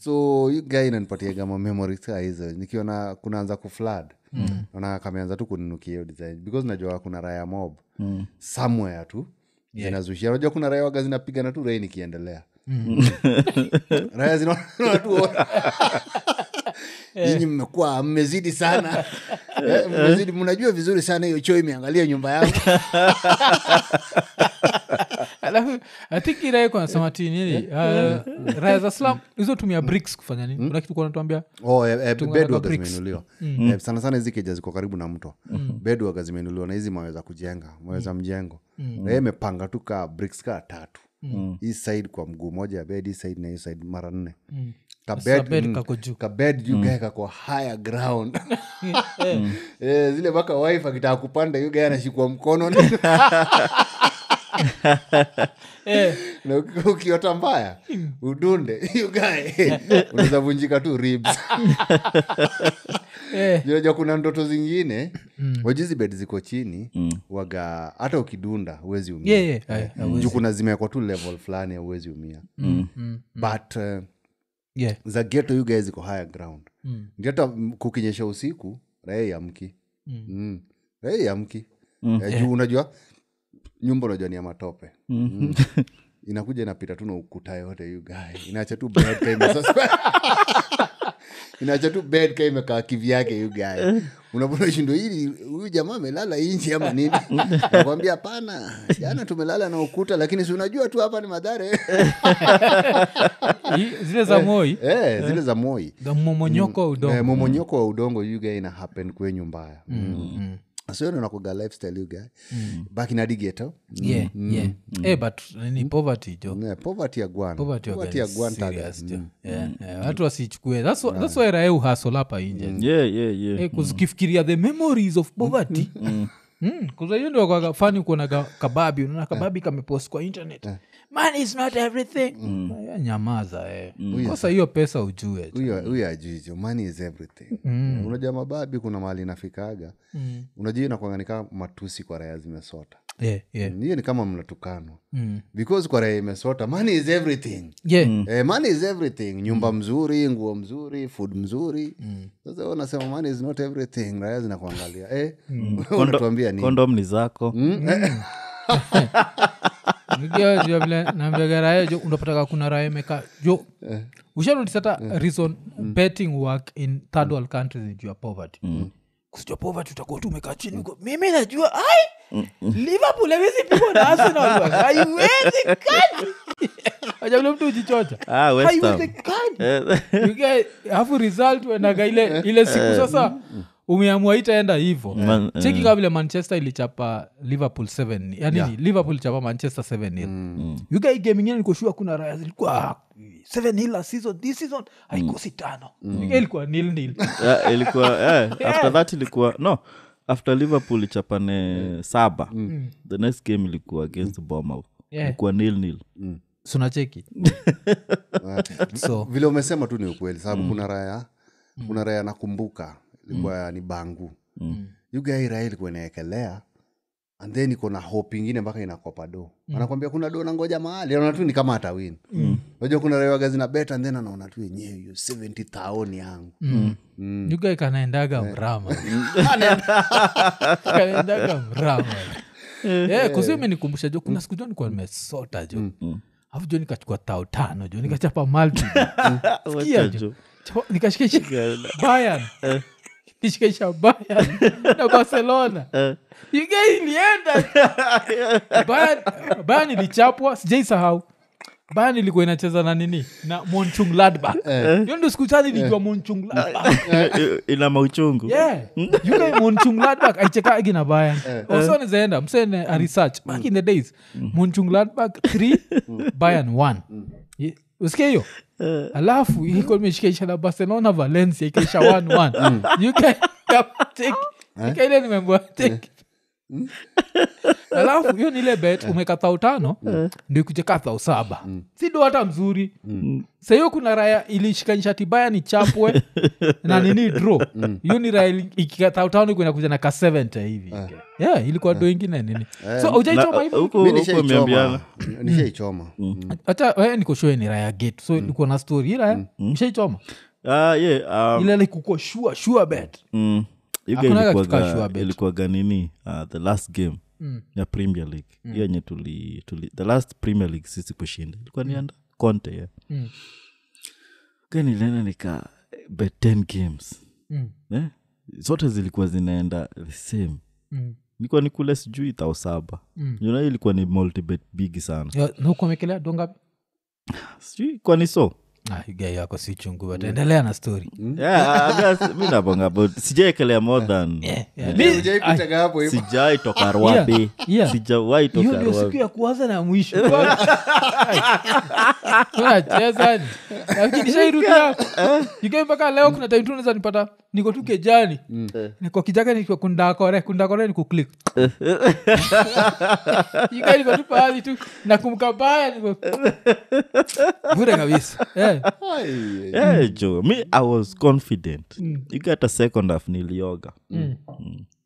Speaker 2: so you guy inanipatiaga ma memories ka hizo nikiona kunaanza kuflad ona kameanza tu kuninukia hiyo design because najua kuna raya mob somewhere tu zinazushia unajua kuna raya waga zinapigana tu rain ikiendelea raya zinaona tu wote. nyinyi mmekuwa mmezidi sana Eh, mmezidi mnajua vizuri sana hiyo choo imeangalia nyumba yangu
Speaker 1: alafu atikiraekanasema tinini
Speaker 2: Eh.
Speaker 1: raya Ah, za slam hizo tumia bricks kufanya
Speaker 2: Hmm?
Speaker 1: nini kuna kitu kuanatuambia
Speaker 2: oh, eh, eh,
Speaker 1: Tungana
Speaker 2: bedwaga
Speaker 1: kwa bricks. Mm.
Speaker 2: zimeinuliwa eh, sana sana hizi keja ziko karibu na mto bedwaga zimeinuliwa na hizi mawe za kujenga mawe
Speaker 1: Mm.
Speaker 2: za mjengo na yeye imepanga tu ka bricks ka tatu
Speaker 1: Mm.
Speaker 2: hii side kwa mguu moja ya bed hii side na hii side mara nne Ka bed-
Speaker 1: bed
Speaker 2: mm,
Speaker 1: kako juu.
Speaker 2: ka bed juu gae kako higher
Speaker 1: (laughs)
Speaker 2: ground Eh, zile mpaka wife akitaka kupanda yu gae anashikwa mkono
Speaker 1: (laughs) Eh,
Speaker 2: na uki- (laughs) ukiota mbaya udunde (laughs) yu
Speaker 1: (laughs)
Speaker 2: gae unaweza vunjika tu ribs
Speaker 1: eh, Mm.
Speaker 2: Unajua kuna ndoto zingine wajizi bed ziko chini waga hata ukidunda huwezi umia
Speaker 1: yeah, yeah, eh,
Speaker 2: juu kuna zimewekwa tu level fulani huwezi umia
Speaker 1: Mm.
Speaker 2: but uh,
Speaker 1: yeah.
Speaker 2: za geto you guys ziko higher ground mm. hata m- kukinyesha usiku rahe yamki mm. mm. rahe yamki mm. eh, juu unajua nyumba unajua ni ya matope mm. inakuja inapita tu na ukuta yote you guy inaacha tu bed ka imesuspend- (laughs) inaacha tu bed ka imekaa kivyake you guy unavona shindo hili huyu jamaa amelala nje ama nini nakwambia hapana jana tumelala na ukuta lakini si unajua tu hapa ni madhare (laughs)
Speaker 1: Hii- zile za moi
Speaker 2: eh, zile za moi
Speaker 1: za momonyoko wa
Speaker 2: Eh,
Speaker 1: udongo Mm.
Speaker 2: momonyoko wa udongo yuga ina happen Mm. kwenyu mbaya sionanakuga lifestyle yuga
Speaker 1: Mm.
Speaker 2: back in adigeto
Speaker 1: yeah, yeah.
Speaker 2: Hmm.
Speaker 1: Eh, but nini poverty jo
Speaker 2: Eh, poverty ya gwan
Speaker 1: Poverty wa
Speaker 2: poverty ya
Speaker 1: Ghana is
Speaker 2: gwan taga
Speaker 1: serious, jo. Yeah, yeah. watu wasichukue That's wh- that's why raia uhasol hapa inje
Speaker 3: yeah, yeah, yeah.
Speaker 1: Eh, 'cause ukifikiria the memories of poverty Mm, Eh. 'cause hiyo ndio kwa fani kuona ka- kababi unaona kababi kamepost kwa internet man is not everything Ya nyamaza eh. kosa hiyo pesa ujue jo.
Speaker 2: Huyo- huyo ajuijo money is everything
Speaker 1: Mm.
Speaker 2: unajua mababi kuna mahali inafikaga unajua inakwanga ni kama matusi kwa raya zimesota
Speaker 1: Yeah, yeah. Mm.
Speaker 2: hiyo ni kama mnatukanwa because kwa raya imesota money is everything
Speaker 1: Yeah.
Speaker 2: Eh, money is everything nyumba mzuri nguo mzuri food mzuri sasa mm. nasema money is not everything raya zinakuangalia eh, (laughs) unatuambia nini
Speaker 3: kondom ni zako
Speaker 1: Unajua- unajua vile naambiaga raia jo unapataka kuna raia imekaa jo
Speaker 3: Eh.
Speaker 1: ushanoti hata reason
Speaker 3: Mm.
Speaker 1: betting work in third world countries ni juu ya poverty kusijua poverty utakuwa tu umekaa chini huko mimi najua
Speaker 3: Mm.
Speaker 1: ai liverpool awezi pigwa na arsenal haiwezi kani ajavile mtu ujichocha
Speaker 3: Ah, West Ham. Eh.
Speaker 1: haiwezi kani You get- alafu result uendaga ile ile siku sasa umeamua itaenda hivo
Speaker 3: Mm. Man-
Speaker 1: cheki kavile manchester ilichapa liverpool 7 yani liverpool ilichapa manchester 7 hill you guy game ingine nikoshua kuna raya zilikuwa ah, 7 hill last season this season haikosi tano You guy ilikuwa nil nil
Speaker 3: Ah, ilikuwa
Speaker 1: (laughs)
Speaker 3: eh, after that ilikuwa no after liverpool ichapane saba the next game ilikuwa against bomouth
Speaker 1: Yeah.
Speaker 3: ilikuwa nil nil
Speaker 1: sunacheki so
Speaker 2: vile umesema tu ni ukweli sababu kuna raya kuna raya nakumbuka ilikuwa ni bangu mm. yugai raya ilikuwa inaekelea and then iko na hope ingine mpaka inakopa do anakwambia kuna do nangoja mahali anaona tu ni kama atawin unajua kuna raya waga zina bet and then anaona tu yenyewe hiyo 70 taoni yangu
Speaker 1: you guy kanaendaga mrama (laughs) kanaendaga mrama Eh, kuzi imenikumbusha jo kuna siku jo nikuwa nimesota jo afu jo nikachukua tao tano jo nikachapa malti
Speaker 3: Ah,
Speaker 1: Sikia jo. Chapa- nikashikisha bayan kishikisha bayan na barcelona iga ilienda Bayern- bayan ilichapwa sijaisahau bayan ilikuwa inacheza na nini na monchungladbak hiyo ndio siku chani ilijua monchungladbak
Speaker 3: Eh, ina mauchungu
Speaker 1: yeah yuka monchungladbak aichekagi na Oh, bayan osonizaenda msene aresearch back in the days monchungladbak 3 bayan 1 Ye- usikia hiyo (laughs) alafu iko imeshikaisha na barcelona valencia ikaisha 11 yuka ile nimembwa alafu hiyo nile
Speaker 3: Eh.
Speaker 1: bet umeka thau tano ndio ikuje ka thau saba
Speaker 3: Mm.
Speaker 1: si do hata mzuri sa hiyo kuna raya ilishikanisha tibaya ni
Speaker 3: (laughs)
Speaker 1: chapwe na nini dro
Speaker 3: Mm.
Speaker 1: hiyo ni raya ili- ikika thau tano kunakuja na ka 70 hivi
Speaker 3: Eh.
Speaker 1: yeah, ilikuwa do ingine nini so ujaichoma hivi
Speaker 2: Mi
Speaker 3: huko umeambiana
Speaker 2: nishaichoma nishaichoma
Speaker 1: hata eh, niko sure ni raya gate
Speaker 3: Mm.
Speaker 1: so niko na story hii raya ishaichoma
Speaker 3: Ah, yeah, um,
Speaker 1: ile like uko sure sure bet
Speaker 3: mm, hiyo game
Speaker 1: Hakunaga kitu
Speaker 3: ilikuwaga-
Speaker 1: kaa sure bet.
Speaker 3: ilikuwaga nini uh, the last game
Speaker 1: Mm.
Speaker 3: ya premier league hiyo yenye tuli, tuli the last premier league sisi kushinda ilikuwa ni under conte yeah.
Speaker 1: Mm.
Speaker 3: kanilena nika eh, bet 10 games
Speaker 1: Mm.
Speaker 3: eh? zote zilikuwa zinaenda the same
Speaker 1: Mm.
Speaker 3: ilikuwa ni kule sijui thao saba
Speaker 1: Mm.
Speaker 3: you know, ilikuwa ni multibet bigi sana
Speaker 1: Ya, na huko amekelea dongapi
Speaker 3: sijui kwani so
Speaker 1: Ah, hii guy yako si chungu
Speaker 3: Mm.
Speaker 1: but endelea na story
Speaker 3: mi nabonga but sijaekelea more
Speaker 1: (laughs)
Speaker 3: than
Speaker 1: Yeah, Eh, yeah.
Speaker 2: Mi
Speaker 1: Mi-
Speaker 2: sijawahi kutaga hapo hivyo.
Speaker 3: sijawai toka rwapi
Speaker 1: yeah.
Speaker 3: sijawai
Speaker 1: hiyo
Speaker 3: toka
Speaker 1: ndio
Speaker 3: rwapi
Speaker 1: siku ya kuanza na mwisho
Speaker 3: (laughs)
Speaker 1: (laughs) Ah, nacheza akidishairudia ike mpaka leo kuna time tu naweza nipata niko tu kejani
Speaker 3: Mm.
Speaker 1: niko kijaka nikiwa kundakore kundakore ni
Speaker 3: (laughs)
Speaker 1: kuclik ike niko tu pahali tu nakumbuka baya niko bure kabisa Eh,
Speaker 2: Ai,
Speaker 3: yeah, jo Eh, mi i was confident
Speaker 1: Mm.
Speaker 3: ikata second half nilioga mm.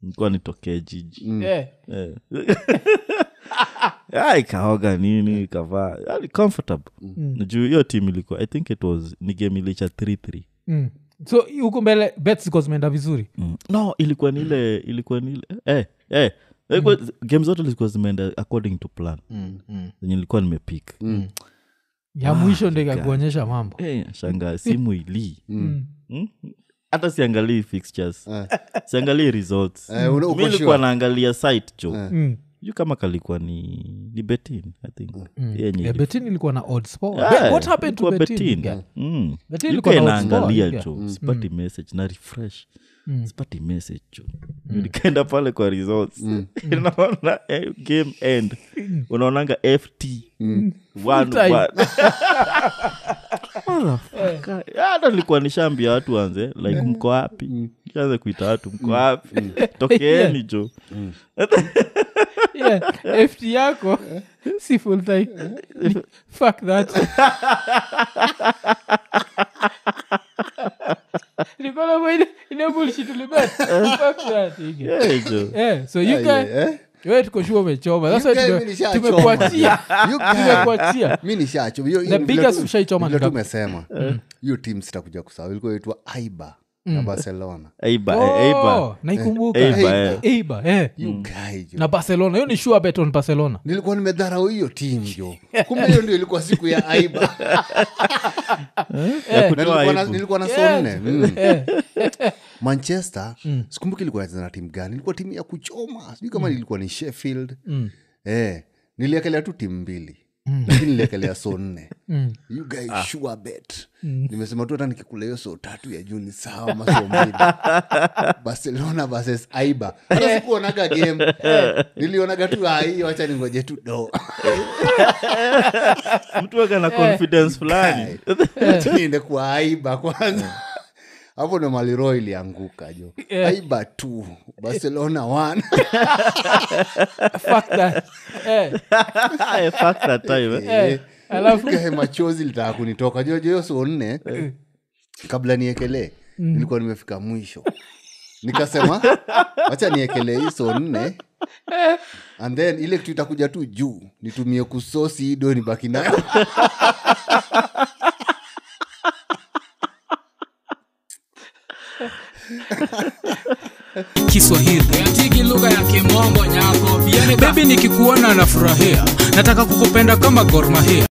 Speaker 3: nikuwa nitokee jiji
Speaker 1: eh.
Speaker 3: Eh. Ah, ikaoga nini ikavaa yani comfortable juu hiyo timu ilikuwa i think it was ni game ilicha 33
Speaker 1: Mm. so huko mbele bet ziko zimeenda vizuri
Speaker 3: mm. no ilikuwa ni ile ilikuwa ni ile eh, eh. ilikuwa- game zote zilikuwa zimeenda according to plan
Speaker 1: mm. Mm.
Speaker 3: zenye nilikuwa nimepik Ah,
Speaker 1: ya mwisho ndo ikakuonyesha mambo
Speaker 3: Eh, shangaa simu ilii
Speaker 1: Mm.
Speaker 3: Hmm? hata siangalii fixtures siangalii results
Speaker 2: Eh, una- uko
Speaker 3: mi nilikuwa
Speaker 2: sure?
Speaker 3: naangalia site jo
Speaker 1: Mm.
Speaker 3: Sijui kama kalikuwa ni ni betin i think yenye
Speaker 1: Yeah,
Speaker 3: ili-
Speaker 1: betin ilikuwa Eh, na odds power.
Speaker 3: Ah,
Speaker 1: Be- what happened to
Speaker 3: ilikuwa
Speaker 1: Betin?
Speaker 3: Betin.
Speaker 1: Yeah.
Speaker 3: Mm.
Speaker 1: Betin
Speaker 3: Yuka
Speaker 1: ilikuwa na odds power,
Speaker 3: inaangalia
Speaker 1: yeah. Mm.
Speaker 3: jo sipati message na refresh sipati message jo
Speaker 1: Mm.
Speaker 3: nikaenda pale kwa results
Speaker 2: Mm.
Speaker 3: (laughs) unaona eh, game end unaonanga ft
Speaker 2: Mm.
Speaker 1: Mm.
Speaker 3: One,
Speaker 1: Full time.
Speaker 3: one. (laughs) Motherfucker.
Speaker 1: Eh.
Speaker 3: hata nilikuwa nishaambia watu wanze like
Speaker 1: Mm.
Speaker 3: mko
Speaker 2: Mm.
Speaker 3: wapi anze kuita watu mko wapi
Speaker 1: (laughs)
Speaker 3: tokeeni jo
Speaker 1: (laughs) Yeah, ft
Speaker 3: (laughs)
Speaker 1: yako si full time. Ni- fuck that Nilikuwa na ile- ile bullshit ulibet. Fuck that, yeah.
Speaker 3: Yeah, jo.
Speaker 1: Yeah, so
Speaker 3: Ah,
Speaker 1: you
Speaker 2: ai,
Speaker 1: guy-
Speaker 2: eh?
Speaker 1: wewe tuko sure umechoma That's
Speaker 2: You
Speaker 1: why
Speaker 2: guy,
Speaker 1: tume-
Speaker 2: mimi nishachoma. (laughs)
Speaker 3: (laughs)
Speaker 1: tumekuachia
Speaker 2: You
Speaker 1: (laughs)
Speaker 2: guy.
Speaker 1: tumekuachia
Speaker 2: mi nishacho Hiyo-
Speaker 1: The
Speaker 2: hiyo vile
Speaker 1: biggest
Speaker 2: tu-
Speaker 1: ushaichoma Mm. ni
Speaker 2: vile tu
Speaker 1: cup.
Speaker 2: umesema hiyo tim sitakuja kusahau ilikuwa itwa aiba
Speaker 1: Mm.
Speaker 2: na barcelona
Speaker 3: Eibar,
Speaker 1: Oh,
Speaker 3: eh, Eibar.
Speaker 1: naikumbuka
Speaker 3: Eibar,
Speaker 2: eh.
Speaker 1: Eibar, eh.
Speaker 2: You
Speaker 3: Mm.
Speaker 2: guy, jo.
Speaker 1: na barcelona hiyo ni sure bet on barcelona
Speaker 2: nilikuwa nimedharau hiyo tim jo kumbe hiyo ndio ilikuwa siku ya aiba
Speaker 1: eh.
Speaker 2: Na
Speaker 3: (laughs) kutoa
Speaker 2: Yaani nilikuwa na-
Speaker 3: aibu.
Speaker 2: nilikuwa na
Speaker 1: Yeah.
Speaker 2: so nne Mm.
Speaker 1: Eh.
Speaker 2: manchester sikumbuki ilikuwa nacheza na timu gani ilikuwa timu ya kuchoma sijui kama ilikuwa ni sheffield eh, niliekelea tu timu mbili lakini niliekelea so nne you guys sure bet nimesema tu hata nikikula hiyo so tatu ya juu ni sawa ama so mbili barcelona versus aiba hata sikuonaga game nilionaga tu "Ah, hii wacha ningoje tu do
Speaker 3: mtu waka
Speaker 1: Eh.
Speaker 3: na confidence
Speaker 2: (laughs)
Speaker 3: fulani
Speaker 2: niende kwa aiba kwanza hapo ndo maliro ilianguka jo aiba t barcelona one.
Speaker 1: Fuck that. Eh,
Speaker 3: Eh, fuck that time, eh.
Speaker 1: eh. alafu
Speaker 2: Kae machozi litaka kunitoka jojoyo so nne kabla niekelee nilikuwa nimefika mwisho nikasema wacha niekelee hii so nne and then ile kitu itakuja tu juu nitumie kusosi hii do nibaki nayo
Speaker 4: kiswahili yatiki lugha ya kimombo nyako bebi nikikuona nafurahia nataka kukupenda kama gormahia